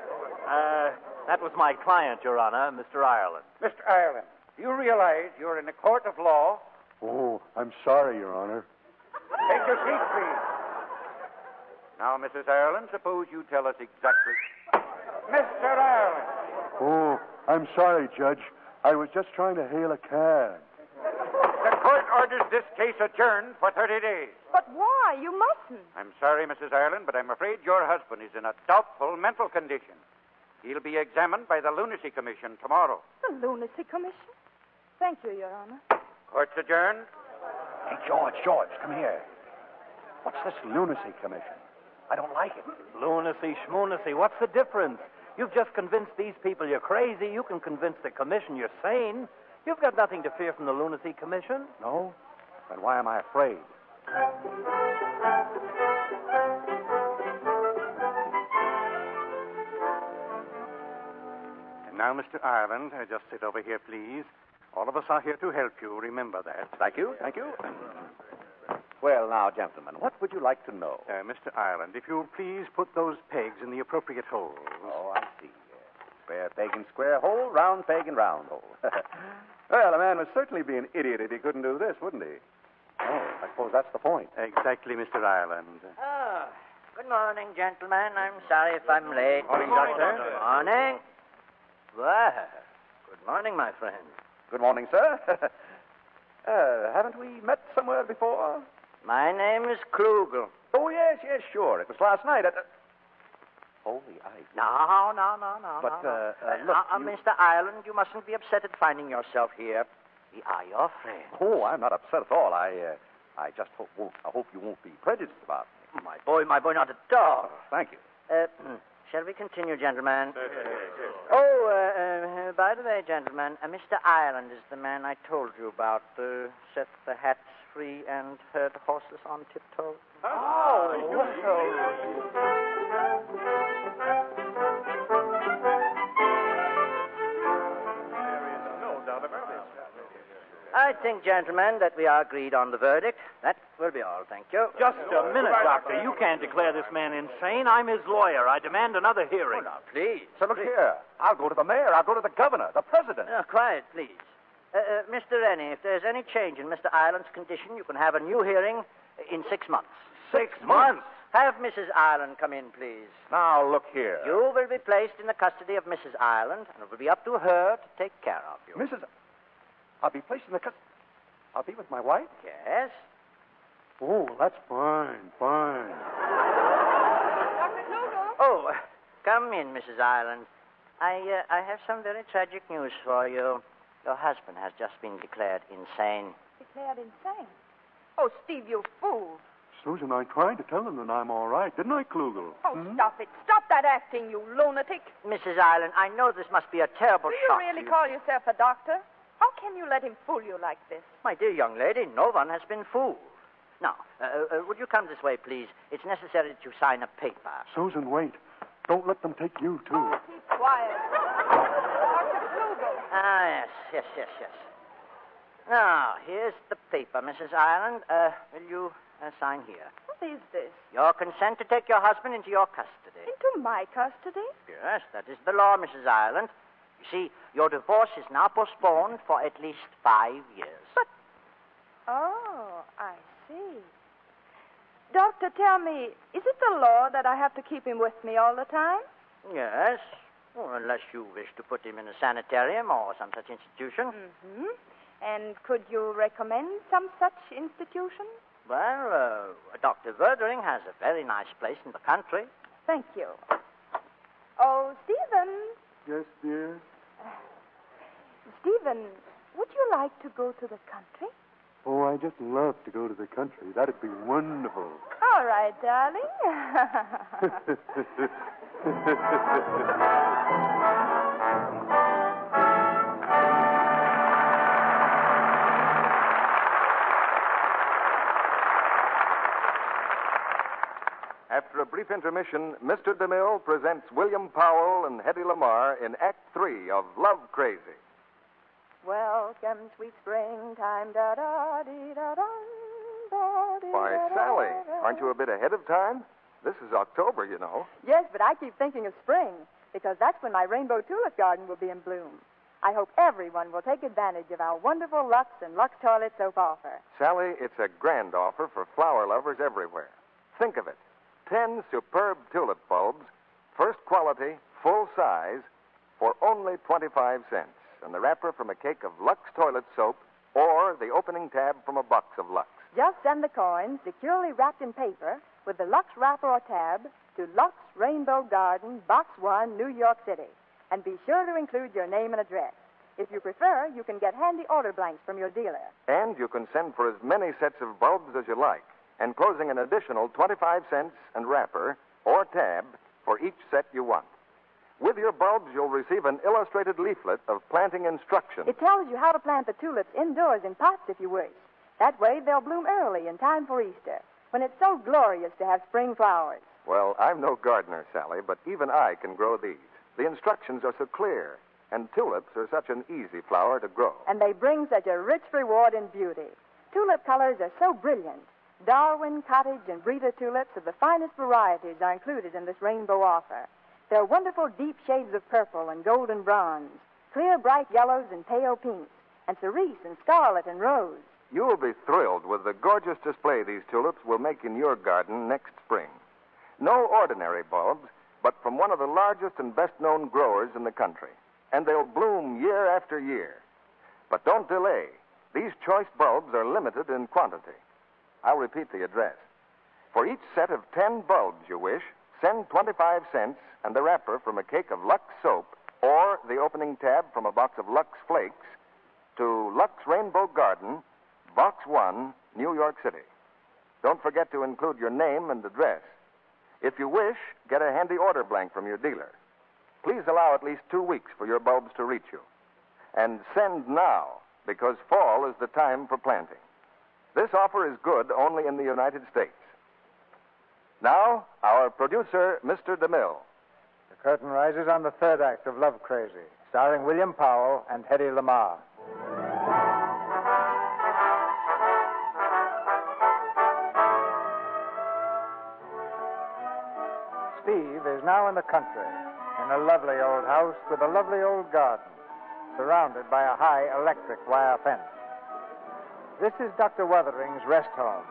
Uh, that was my client, Your Honor, Mr. Ireland.
Mr. Ireland, do you realize you're in a court of law?
Oh, I'm sorry, Your Honor.
Take your seat, please. Now, Mrs. Ireland, suppose you tell us exactly. Mr. Ireland.
Oh, I'm sorry, Judge. I was just trying to hail a cab.
The court orders this case adjourned for 30 days.
But why? You mustn't.
I'm sorry, Mrs. Ireland, but I'm afraid your husband is in a doubtful mental condition. He'll be examined by the Lunacy Commission tomorrow.
The Lunacy Commission? Thank you, Your Honor.
Court's adjourned.
Hey, George, George, come here. What's this Lunacy Commission? I don't like it.
Lunacy, schmunacy, what's the difference? You've just convinced these people you're crazy. You can convince the commission you're sane.
You've got nothing to fear from the Lunacy Commission.
No? Then why am I afraid?
And now, Mr. Ireland, uh, just sit over here, please. All of us are here to help you. Remember that. Thank you. Thank you.
Well, now, gentlemen, what would you like to know?
Uh, Mr. Ireland, if you'll please put those pegs in the appropriate holes.
Oh, I see. Square peg and square hole, round peg and round hole. well, a man would certainly be an idiot if he couldn't do this, wouldn't he? Oh, I suppose that's the point.
Exactly, Mr. Ireland.
Oh, good morning, gentlemen. I'm sorry if I'm late.
Morning, Doctor.
Good morning. Well, good morning, my friend.
Good morning, sir. uh, haven't we met somewhere before?
My name is Klugel.
Oh, yes, yes, sure. It was last night at. Holy Ike.
No, no, no, no.
But,
no, no.
uh, uh, look,
uh,
you-
Mr. Ireland, you mustn't be upset at finding yourself here. We are your friends.
Oh, I'm not upset at all. I, uh, I just hope, won't, I hope you won't be prejudiced about me.
My boy, my boy, not at all.
Thank you.
Uh, shall we continue, gentlemen?
Uh,
Oh, uh, uh, by the way, gentlemen, uh, Mr. Ireland is the man I told you about. Uh, set the hats free and herd horses on tiptoe.
Oh,
I think, gentlemen, that we are agreed on the verdict. That will be all, thank you.
Just a minute, Doctor. You can't declare this man insane. I'm his lawyer. I demand another hearing.
Oh, now, please. So look here. I'll go to the mayor. I'll go to the governor, the president.
Uh, quiet, please. Uh, uh, Mr. Rennie, if there's any change in Mr. Ireland's condition, you can have a new hearing in six months.
Six months?
Have Mrs. Ireland come in, please.
Now, look here.
You will be placed in the custody of Mrs. Ireland, and it will be up to her to take care of you.
Mrs. I'll be placed in the custody. I'll be with my wife?
Yes?
Oh, that's fine, fine.
Dr. Klugel?
Oh, uh, come in, Mrs. Ireland. I, uh, I have some very tragic news for you. Your husband has just been declared insane.
Declared insane. Oh, Steve, you fool.
Susan, I tried to tell them that I'm all right, didn't I, Klugel?
Oh, stop it. Stop that acting, you lunatic.
Mrs. Ireland, I know this must be a terrible
Do you
shock.
really
to
call yourself a doctor? How can you let him fool you like this?
My dear young lady, no one has been fooled. Now, uh, uh, would you come this way, please? It's necessary that you sign a paper.
Susan, wait. Don't let them take you, too.
Keep quiet. Dr. Klugel.
Ah, yes, yes, yes, yes. Now, here's the paper, Mrs. Ireland. Uh, will you uh, sign here?
What is this?
Your consent to take your husband into your custody.
Into my custody?
Yes, that is the law, Mrs. Ireland. You see, your divorce is now postponed for at least five years. But
Oh, I see. Doctor, tell me, is it the law that I have to keep him with me all the time?
Yes. Well, unless you wish to put him in a sanitarium or some such institution.
Hmm? And could you recommend some such institution?
Well, uh, Dr. Verdering has a very nice place in the country.
Thank you. Oh, Stephen,
Yes, dear?
Stephen, would you like to go to the country?
Oh, I just love to go to the country. That'd be wonderful.
All right, darling.
After a brief intermission, Mr. DeMille presents William Powell and Hetty Lamar in Act Three of Love Crazy.
Welcome, sweet springtime. Da da dee da da.
Why, Sally, aren't you a bit ahead of time? This is October, you know.
Yes, but I keep thinking of spring because that's when my rainbow tulip garden will be in bloom. I hope everyone will take advantage of our wonderful Lux and Lux toilet soap offer.
Sally, it's a grand offer for flower lovers everywhere. Think of it. Ten superb tulip bulbs, first quality, full size, for only 25 cents. And the wrapper from a cake of Lux toilet soap or the opening tab from a box of Lux.
Just send the coin securely wrapped in paper with the Lux wrapper or tab to Lux Rainbow Garden, Box 1, New York City. And be sure to include your name and address. If you prefer, you can get handy order blanks from your dealer.
And you can send for as many sets of bulbs as you like, enclosing an additional 25 cents and wrapper or tab for each set you want. With your bulbs, you'll receive an illustrated leaflet of planting instructions.
It tells you how to plant the tulips indoors in pots if you wish. That way they'll bloom early in time for Easter, when it's so glorious to have spring flowers.
Well, I'm no gardener, Sally, but even I can grow these. The instructions are so clear, and tulips are such an easy flower to grow.
And they bring such a rich reward in beauty. Tulip colors are so brilliant. Darwin, cottage, and breeder tulips of the finest varieties are included in this rainbow offer. They're wonderful deep shades of purple and golden bronze, clear bright yellows and pale pinks, and cerise and scarlet and rose.
You'll be thrilled with the gorgeous display these tulips will make in your garden next spring. No ordinary bulbs, but from one of the largest and best known growers in the country. And they'll bloom year after year. But don't delay. These choice bulbs are limited in quantity. I'll repeat the address. For each set of 10 bulbs you wish, send 25 cents and the wrapper from a cake of Lux soap or the opening tab from a box of Lux flakes to Lux Rainbow Garden, Box 1, New York City. Don't forget to include your name and address. If you wish, get a handy order blank from your dealer. Please allow at least two weeks for your bulbs to reach you. And send now, because fall is the time for planting. This offer is good only in the United States. Now, our producer, Mr. DeMille.
The curtain rises on the third act of Love Crazy, starring William Powell and Hetty Lamar. Steve is now in the country, in a lovely old house with a lovely old garden, surrounded by a high electric wire fence. This is Dr. Weathering's rest home,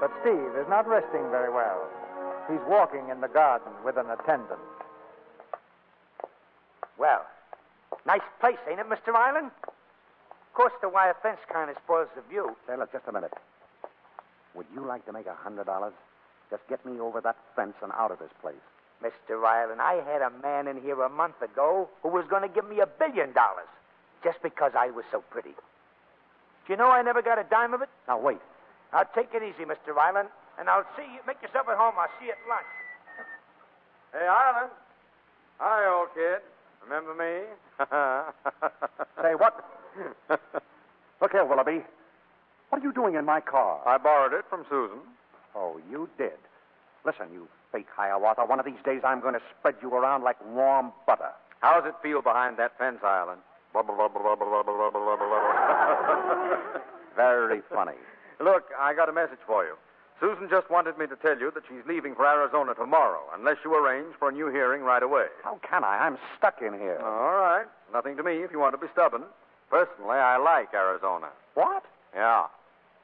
but Steve is not resting very well. He's walking in the garden with an attendant.
Well, nice place, ain't it, Mr. Island? Of course, the wire fence kind of spoils the view.
Say, look, just a minute. Would you like to make a hundred dollars? Just get me over that fence and out of this place.
Mr. Ryland, I had a man in here a month ago who was going to give me a billion dollars just because I was so pretty. Do you know I never got a dime of it?
Now wait.
Now take it easy, Mr. Ryland, and I'll see you. Make yourself at home. I'll see you at lunch.
Hey, Ireland. Hi, old kid. Remember me?
Say, what? Look here, Willoughby. What are you doing in my car?
I borrowed it from Susan.
Oh, you did. Listen, you fake Hiawatha. One of these days I'm going to spread you around like warm butter.
How's it feel behind that fence, Ireland? Blah, blah, blah, blah, blah, blah, blah, blah, blah, blah.
Very funny.
Look, I got a message for you. Susan just wanted me to tell you that she's leaving for Arizona tomorrow, unless you arrange for a new hearing right away.
How can I? I'm stuck in here.
All right. Nothing to me if you want to be stubborn. Personally, I like Arizona.
What?
Yeah.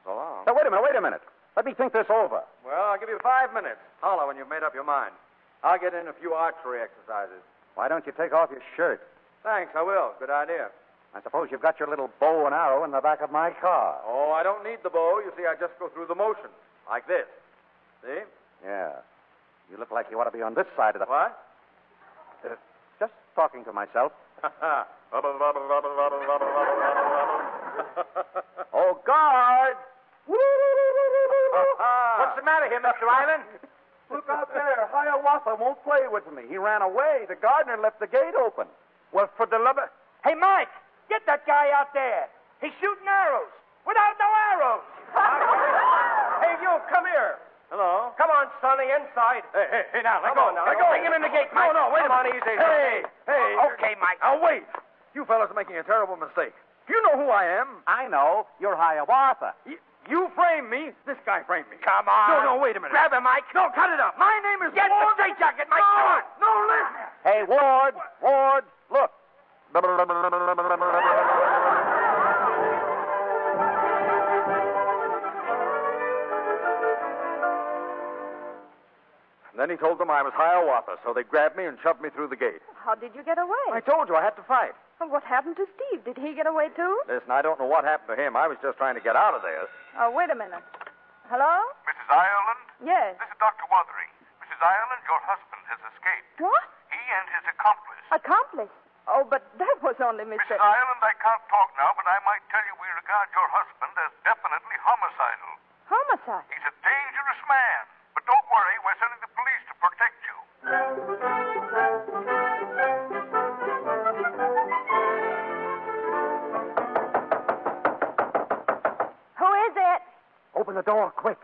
So long.
Now, wait a minute, wait a minute. Let me think this over.
Well, I'll give you five minutes. Holler when you've made up your mind. I'll get in a few archery exercises.
Why don't you take off your shirt?
Thanks, I will. Good idea.
I suppose you've got your little bow and arrow in the back of my car.
Oh, I don't need the bow. You see, I just go through the motion. Like this. See?
Yeah. You look like you ought to be on this side of the.
What?
Uh, just talking to myself.
oh,
guard! What's the matter here, Mr. Ryland?
Look out there. Hiawatha won't play with me. He ran away. The gardener left the gate open.
Well, for the love of... Hey, Mike, get that guy out there. He's shooting arrows without no arrows. hey, you, come here.
Hello?
Come on, Sonny, inside.
Hey, hey, hey, now, let
Come
go.
on now,
let
don't
go.
bring him in the gate, Mike.
No, no, wait
Come
a
on,
minute.
easy. Oh,
Hey, hey.
Okay, Mike.
Now, wait. You fellas are making a terrible mistake. You know who I am.
I know. You're Hiawatha.
You framed me. This guy framed me.
Come on.
No, no, wait a minute.
Grab him, Mike.
No, cut it up. My name is
Get
Ward.
the straight jacket,
No,
Mike. Come on.
no, listen.
Hey, Ward. Ward, look.
And then he told them I was Hiawatha, so they grabbed me and shoved me through the gate.
How did you get away?
I told you I had to fight.
And What happened to Steve? Did he get away too?
Listen, I don't know what happened to him. I was just trying to get out of there.
Oh, wait a minute. Hello?
Mrs. Ireland?
Yes.
This is Dr. Wuthering. Mrs. Ireland, your husband has escaped.
What?
He and his accomplice.
Accomplice. Oh, but that was only
Mrs.
mistake.
Ireland, I can't talk now, but I might tell you we regard your husband as definitely homicidal.
Homicide.
He's a dangerous man. But don't worry, we're sending the police to protect you.
the door, quick.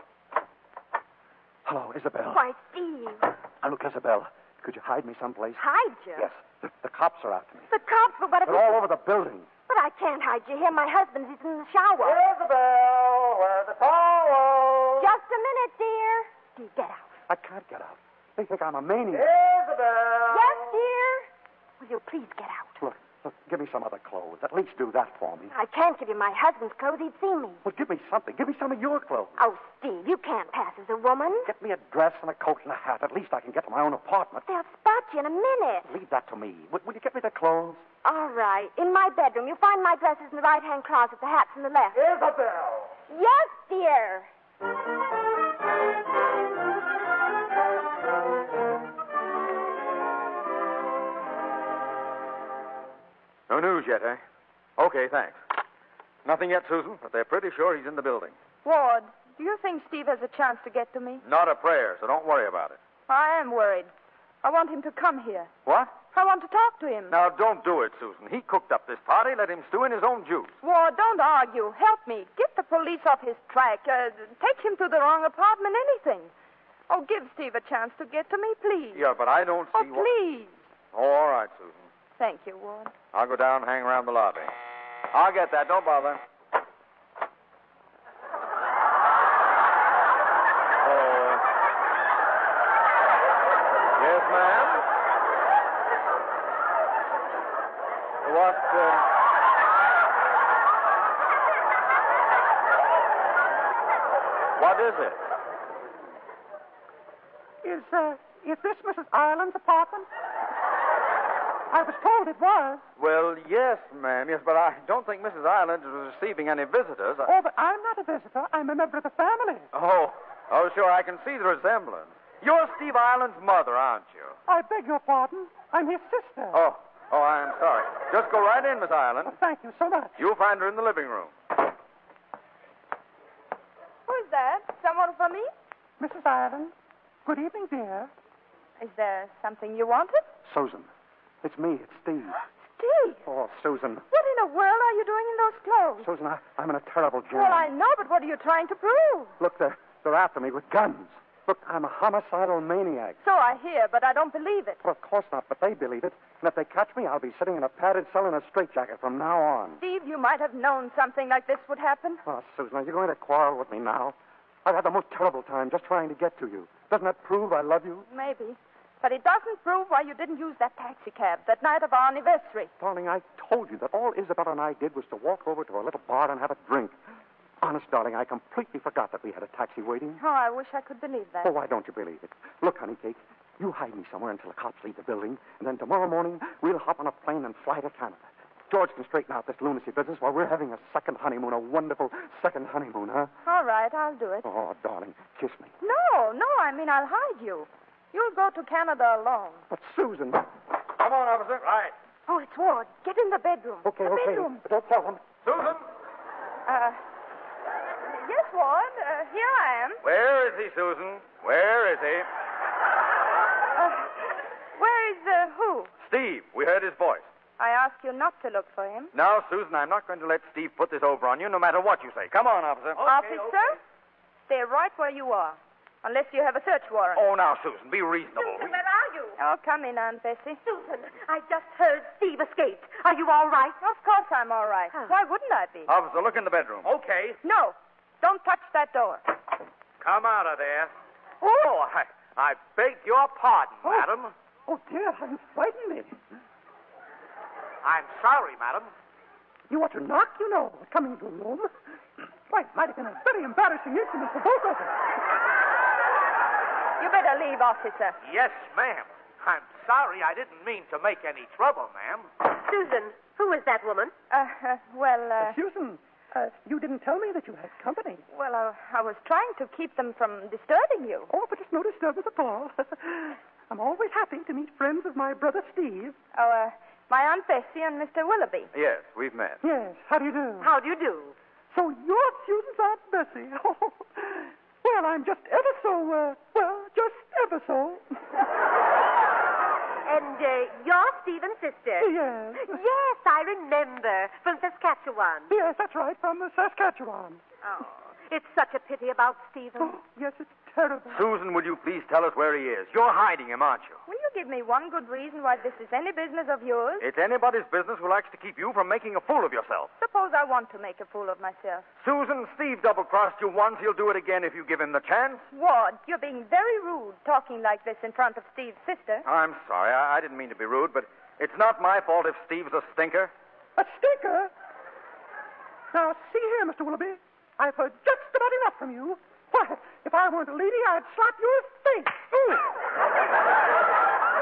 Hello, Isabel.
Why, Steve,
Now, look, Isabel, could you hide me someplace?
hide you.
Yes. The, the cops are after me.
The cops will but if
They're all over the building.
But I can't hide you here. My husband's he's in the shower.
Isabel, where are the towels?
Just a minute, dear. Steve, get out.
I can't get out. They think I'm a maniac.
Isabel!
Yes, dear. Will you please get out?
Look, look, give me some other clothes. At least do that for
Ah.
me.
I can't give you my husband's clothes. He'd see me.
Well, give me something. Give me some of your clothes.
Oh, Steve, you can't pass as a woman.
Get me a dress and a coat and a hat. At least I can get to my own apartment.
They'll spot you in a minute.
Leave that to me. Will, will you get me the clothes?
All right. In my bedroom, you'll find my dresses in the right hand closet, the hats in the left.
Isabel!
Yes, dear.
No news yet, eh? Okay, thanks. Nothing yet, Susan, but they're pretty sure he's in the building.
Ward, do you think Steve has a chance to get to me?
Not a prayer, so don't worry about it.
I am worried. I want him to come here.
What?
I want to talk to him.
Now, don't do it, Susan. He cooked up this party. Let him stew in his own juice.
Ward, don't argue. Help me. Get the police off his track. Uh, take him to the wrong apartment, anything. Oh, give Steve a chance to get to me, please.
Yeah, but I don't
Oh,
see what.
please.
Oh, all right, Susan.
Thank you, Ward.
I'll go down and hang around the lobby. I'll get that. Don't bother. Uh, yes, ma'am? What, uh... What is it?
Is, uh, is this Mrs. Ireland's apartment? I was told it was.
Well, yes, ma'am. Yes, but I don't think Mrs. Ireland is receiving any visitors. I-
Oh, but I'm not a visitor. I'm a member of the family.
Oh, oh, sure, I can see the resemblance. You're Steve Ireland's mother, aren't you?
I beg your pardon. I'm his sister.
Oh, oh, I am sorry. Just go right in, Miss Ireland.
Thank you so much.
You'll find her in the living room.
Who's that? Someone for me?
Mrs. Ireland, good evening, dear.
Is there something you wanted?
Susan, it's me. It's Steve.
Steve,
Oh, Susan.
what in the world are you doing in those clothes?
Susan, I, I'm in a terrible jam.
Well, I know, but what are you trying to prove?
Look, they're, they're after me with guns. Look, I'm a homicidal maniac.
So I hear, but I don't believe it.
Well, of course not, but they believe it. And if they catch me, I'll be sitting in a padded cell in a straitjacket from now on.
Steve, you might have known something like this would happen.
Oh, Susan, are you going to quarrel with me now? I've had the most terrible time just trying to get to you. Doesn't that prove I love you?
Maybe. But it doesn't prove why you didn't use that taxicab that night of our anniversary.
Darling, I told you that all Isabel and I did was to walk over to a little bar and have a drink. Honest, darling, I completely forgot that we had a taxi waiting.
Oh, I wish I could believe that.
Oh, why don't you believe it? Look, honey cake, you hide me somewhere until the cops leave the building, and then tomorrow morning we'll hop on a plane and fly to Canada. George can straighten out this lunacy business while we're having a second honeymoon, a wonderful second honeymoon, huh?
All right, I'll do it.
Oh, darling, kiss me.
No, no, I mean I'll hide you. You'll go to Canada alone.
But Susan.
Come on, officer. Right.
Oh, it's Ward. Get in the bedroom.
Okay,
the
okay.
bedroom.
But don't tell them.
Susan?
Uh, yes, Ward. Uh, here I am.
Where is he, Susan? Where is he?
Uh, where is uh, who?
Steve, we heard his voice.
I asked you not to look for him.
Now, Susan, I'm not going to let Steve put this over on you, no matter what you say. Come on, officer.
Officer, stay right where you are, unless you have a search warrant.
Oh, now, Susan, be reasonable.
Susan, where are you? Oh, come in, Aunt Bessie. Susan, I just heard Steve escaped. Are you all right? Oh. Of course I'm all right. Why wouldn't I be?
Officer, look in the bedroom. Um, Okay.
No, don't touch that door.
Come out of there. Oh, I, I beg your pardon, madam.
Oh, dear, how you frightened me.
I'm sorry, madam.
You ought to knock, you know, coming into a room. Why, it might have been a very embarrassing incident for both of us.
You better leave, officer.
Yes, ma'am. I'm sorry. I didn't mean to make any trouble, ma'am.
Susan, who is that woman?
Uh, uh, well, uh,
Susan, uh, you didn't tell me that you had company.
well, I, I was trying to keep them from disturbing you.
Oh, but it's no disturbance at all. I'm always happy to meet friends of my brother Steve.
Oh, uh, my Aunt Bessie and Mr. Willoughby.
Yes, we've met.
Yes, how do you do?
How do you do?
So you're Susan's Aunt Bessie. Oh, well, I'm just ever so, uh, well, just ever so.
And uh, you're Stephen's sister.
Yes.
Yes, I remember. From Saskatchewan.
Yes, that's right, from Saskatchewan.
Oh. It's such a pity about Stephen.
Oh,
yes, it's terrible.
Susan, will you please tell us where he is? You're hiding him, aren't you?
Will you give me one good reason why this is any business of yours?
It's anybody's business who likes to keep you from making a fool of yourself.
Suppose I want to make a fool of myself.
Susan, Steve double crossed you once. He'll do it again if you give him the chance.
Ward, you're being very rude talking like this in front of Steve's sister.
I'm sorry. I, I didn't mean to be rude, but it's not my fault if Steve's a stinker.
A stinker? Now, see here, Mr. Willoughby. I've heard just about enough from you. Why, if I weren't a lady, I'd slap your face. Ooh.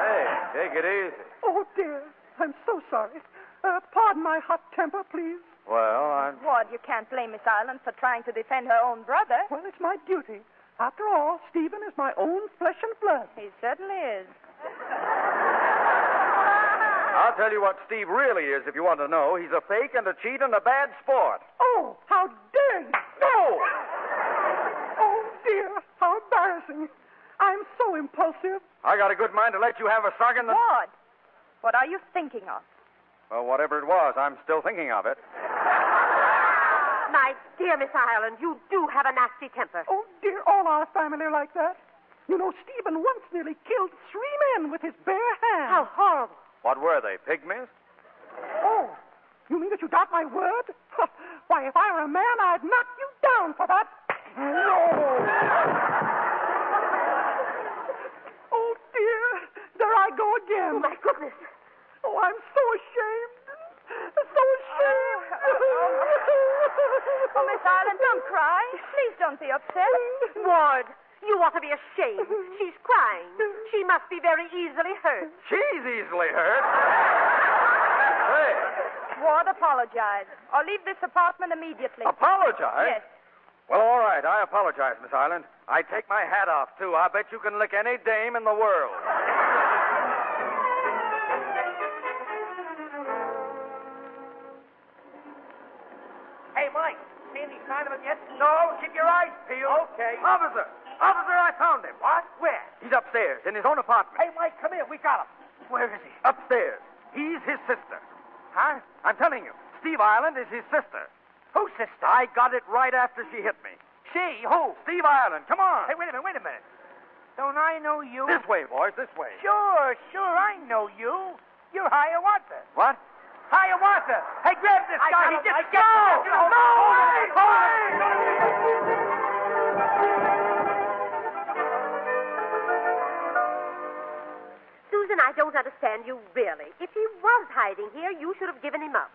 Hey, take it easy.
Oh, dear. I'm so sorry. Uh, pardon my hot temper, please.
Well, I'm.
Ward, you can't blame Miss Ireland for trying to defend her own brother.
Well, it's my duty. After all, Stephen is my own flesh and blood.
He certainly is.
I'll tell you what Steve really is if you want to know. He's a fake and a cheat and a bad sport.
Oh, how dare you!
No!
Oh, dear, how embarrassing. I'm so impulsive.
I got a good mind to let you have a sock in the.
Ward, what are you thinking of?
Well, whatever it was, I'm still thinking of it.
My dear Miss Ireland, you do have a nasty temper.
Oh, dear, all our family are like that. You know, Stephen once nearly killed three men with his bare hands.
How horrible.
What were they, pygmies?
Oh, you mean that you doubt my word? Huh, Why, if I were a man, I'd knock you down for that. oh, dear, there I go again.
Oh, my goodness.
Oh, I'm so ashamed. So ashamed.
Oh, Miss Ireland, don't cry. Please don't be upset.
Ward, you ought to be ashamed. She's crying. She must be very easily hurt.
She's easily hurt.
Ward, apologize. Or leave this apartment immediately.
hey, apologize?
Yes.
Well, all right. I apologize, Miss Island. I take my hat off, too. I bet you can lick any dame in the world.
Hey, Mike, see any sign of him yet?
No, keep your eyes peeled.
Okay.
Officer! Officer, I found him.
What? Where?
He's upstairs in his own apartment.
Hey, Mike, come here. We got him. Where is he?
Upstairs. He's his sister. Huh? I'm telling you, Steve Ireland is his sister.
Who's sister?
I got it right after she hit me.
She? Who?
Steve Ireland, come on.
Hey, wait a minute, wait a minute. Don't I know you?
This way, boys, this way.
Sure, sure, I know you. You're Hiawatha.
What?
Hiawatha! Hey, grab this
I
guy.
got
He
him.
just
I got him.
No!
Hold
No!
on.
Wait!
Hold
Wait!
Susan, I don't understand you, really. If he was hiding here, you should have given him up.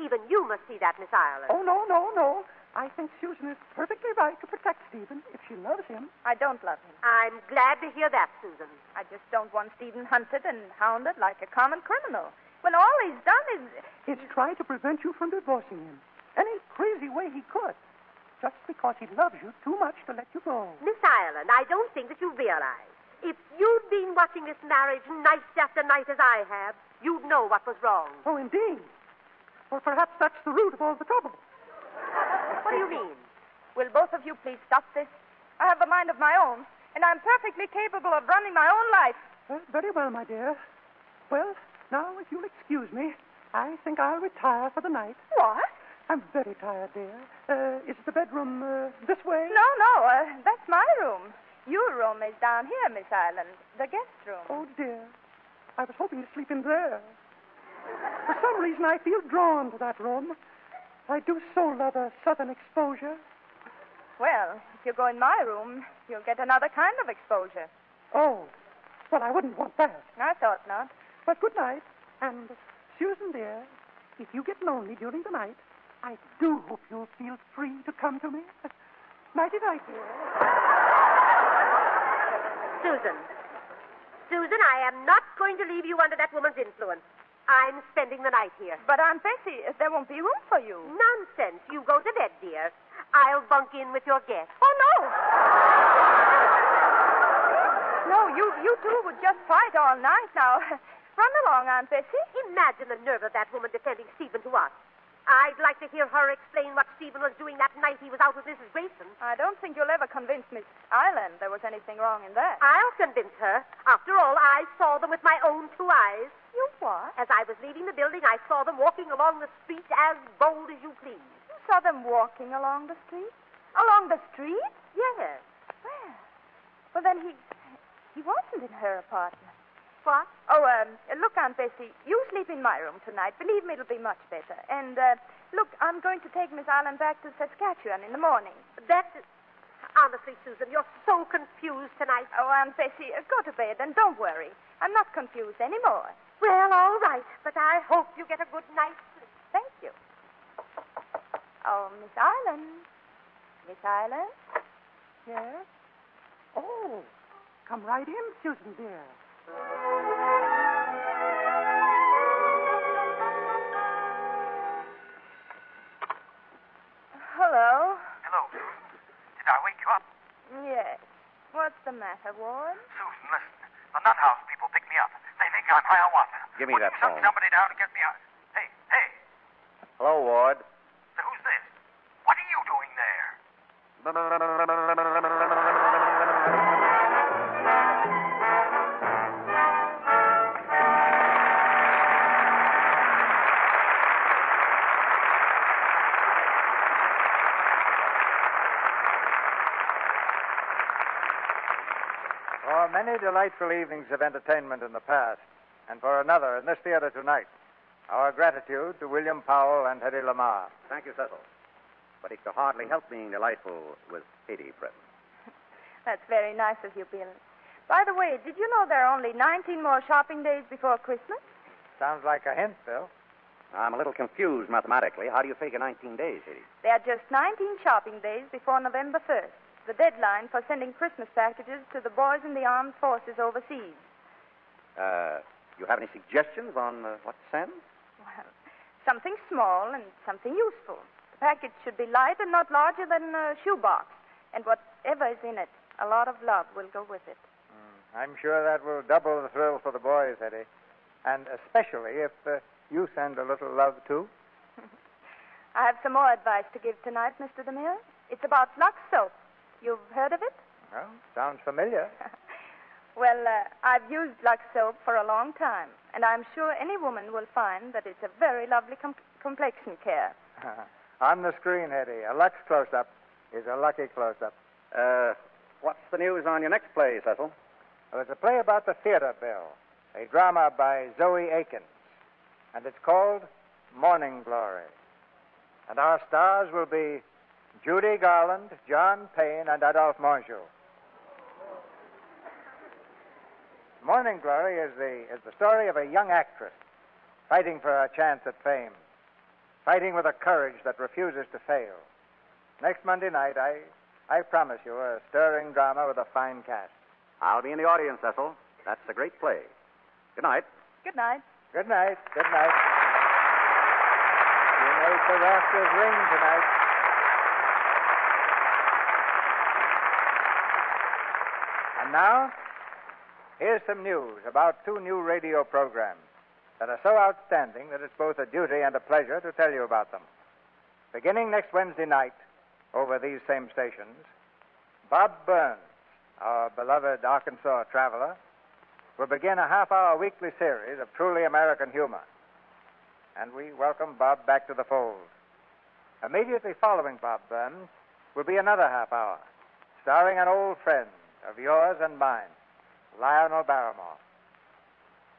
Even you must see that, Miss Ireland.
Oh, no, no, no. I think Susan is perfectly right to protect Stephen if she loves him.
I don't love him.
I'm glad to hear that, Susan.
I just don't want Stephen hunted and hounded like a common criminal. When all he's done is.
He's tried to prevent you from divorcing him any crazy way he could, just because he loves you too much to let you go.
Miss Ireland, I don't think that you realize. If you'd been watching this marriage night after night as I have, you'd know what was wrong.
Oh, indeed. Well, perhaps that's the root of all the trouble.
What do you mean?
Will both of you please stop this? I have a mind of my own, and I'm perfectly capable of running my own life.
Uh, very well, my dear. Well, now, if you'll excuse me, I think I'll retire for the night.
What?
I'm very tired, dear. Uh, is the bedroom uh, this way?
No, no, uh, that's my room. Your room is down here, Miss Ireland, the guest room.
Oh, dear. I was hoping to sleep in there. For some reason, I feel drawn to that room. I do so love a southern exposure.
Well, if you go in my room, you'll get another kind of exposure.
Oh, well, I wouldn't want that.
I thought not.
But good night. And, Susan, dear, if you get lonely during the night, I do hope you'll feel free to come to me. Nighty night, dear.
Susan. Susan, I am not going to leave you under that woman's influence. I'm spending the night here.
But Aunt Bessie, there won't be room for you.
Nonsense. You go to bed, dear. I'll bunk in with your guest.
Oh, no! No, you, you two would just fight all night now. Run along, Aunt Bessie.
Imagine the nerve of that woman defending Stephen to us. I'd like to hear her explain what Stephen was doing that night he was out with Mrs. Grayson.
I don't think you'll ever convince Miss Ireland there was anything wrong in that.
I'll convince her. After all, I saw them with my own two eyes.
You what?
As I was leaving the building, I saw them walking along the street as bold as you please.
You saw them walking along the street? Along the street?
Yes.
Well, well then he he wasn't in her apartment.
What?
Oh, um, look, Aunt Bessie, you sleep in my room tonight. Believe me, it'll be much better. And uh, look, I'm going to take Miss Allen back to Saskatchewan in the morning.
That, honestly, Susan, you're so confused tonight.
Oh, Aunt Bessie, uh, go to bed and don't worry. I'm not confused anymore.
Well, all right, but I hope you get a good night's sleep.
Thank you. Oh, Miss Island. Miss Island?
Yes? Oh, come right in, Susan dear.
Hello?
Hello, Susan. Did I wake you up?
Yes. What's the matter, Ward?
Susan, listen. The nut house people picked me up. They think I'm Hiawatha.
Give me that
Will you
phone.
send somebody down to get me out? Hey, hey,
Hello, Ward.
who's this? What are you doing there?
For many delightful evenings of entertainment in the past, and for another in this theater tonight, our gratitude to William Powell and Hetty Lamar.
Thank you, Cecil. But it could hardly help being delightful with Haiti present.
That's very nice of you, Bill. By the way, did you know there are only 19 more shopping days before Christmas?
Sounds like a hint, Bill.
I'm a little confused mathematically. How do you figure 19 days, Haiti?
There are just 19 shopping days before November 1st, the deadline for sending Christmas packages to the boys in the armed forces overseas.
Uh, you have any suggestions on uh, what to send?
Well, something small and something useful. The package should be light and not larger than a shoebox. And whatever is in it, a lot of love will go with it.
Hmm, I'm sure that will double the thrill for the boys, Hetty. And especially if uh, you send a little love, too.
I have some more advice to give tonight, Mr. Demille. It's about Lux soap. You've heard of it?
Well, sounds familiar.
Well, uh, I've used Lux soap for a long time, and I'm sure any woman will find that it's a very lovely com- complexion care.
On the screen, Hetty, a Lux close up is a lucky close up.
Uh, what's the news on your next play, Cecil?
Well, it's a play about the theater, Bill, a drama by Zoe Akins, and it's called Morning Glory. And our stars will be Judy Garland, John Payne, and Adolphe Monjou. Morning Glory is the, is the story of a young actress fighting for her chance at fame, fighting with a courage that refuses to fail. Next Monday night, I, I promise you a stirring drama with a fine cast.
I'll be in the audience, Cecil. That's a great play. Good night.
Good night.
Good night. Good night. You made the rafters ring tonight. And now, here's some news about two new radio programs that are so outstanding that it's both a duty and a pleasure to tell you about them. Beginning next Wednesday night, over these same stations, Bob Burns, our beloved Arkansas traveler, will begin a half hour weekly series of truly American humor. And we welcome Bob back to the fold. Immediately following Bob Burns will be another half hour, starring an old friend of yours and mine, Lionel Barrymore.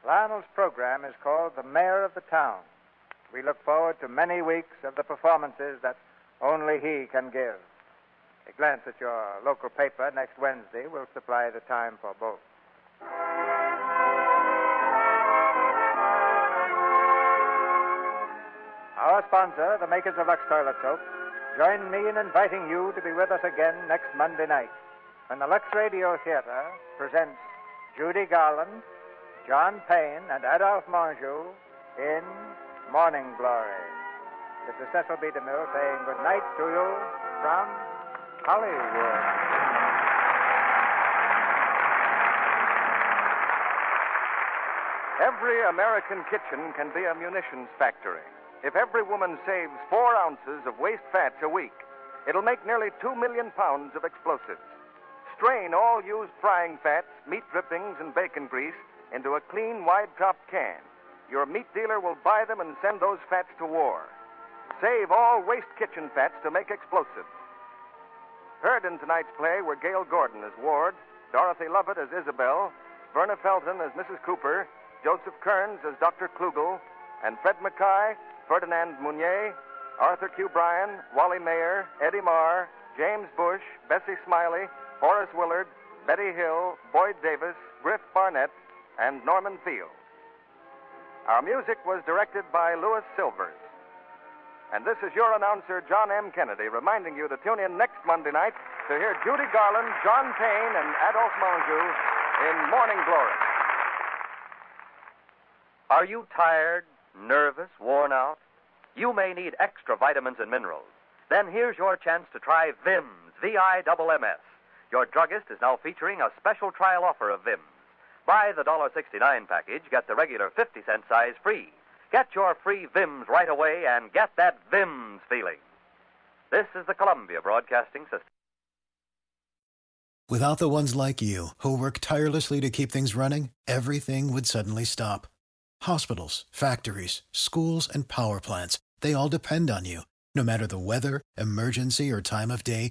Lionel's program is called The Mayor of the Town. We look forward to many weeks of the performances that only he can give. A glance at your local paper next Wednesday will supply the time for both. Our sponsor, the makers of Lux Toilet Soap, join me in inviting you to be with us again next Monday night when the Lux Radio Theater presents Judy Garland, John Payne, and Adolphe Monjou in Morning Glory. This is Cecil B. DeMille saying good night to you from Hollywood.
Every American kitchen can be a munitions factory. If every woman saves four ounces of waste fats a week, it'll make nearly two million pounds of explosives. Strain all used frying fats, meat drippings, and bacon grease into a clean, wide top can. Your meat dealer will buy them and send those fats to war. Save all waste kitchen fats to make explosives. Heard in tonight's play were Gail Gordon as Ward, Dorothy Lovett as Isabel, Verna Felton as Mrs. Cooper, Joseph Kearns as Dr. Klugel, and Fred Mackay, Ferdinand Mounier, Arthur Q. Bryan, Wally Mayer, Eddie Marr, James Bush, Bessie Smiley, Horace Willard, Betty Hill, Boyd Davis, Griff Barnett, and Norman Thiel. Our music was directed by Louis Silvers. And this is your announcer, John M. Kennedy, reminding you to tune in next Monday night to hear Judy Garland, John Payne, and Adolph Monju in Morning Glory.
Are you tired, nervous, worn out? You may need extra vitamins and minerals. Then here's your chance to try Vims, V I double M S. Your druggist is now featuring a special trial offer of Vims. Buy the $1.69 package, get the regular 50 cent size free. Get your free Vims right away and get that Vims feeling. This is the Columbia Broadcasting System.
Without the ones like you, who work tirelessly to keep things running, everything would suddenly stop. Hospitals, factories, schools, and power plants, they all depend on you. No matter the weather, emergency, or time of day,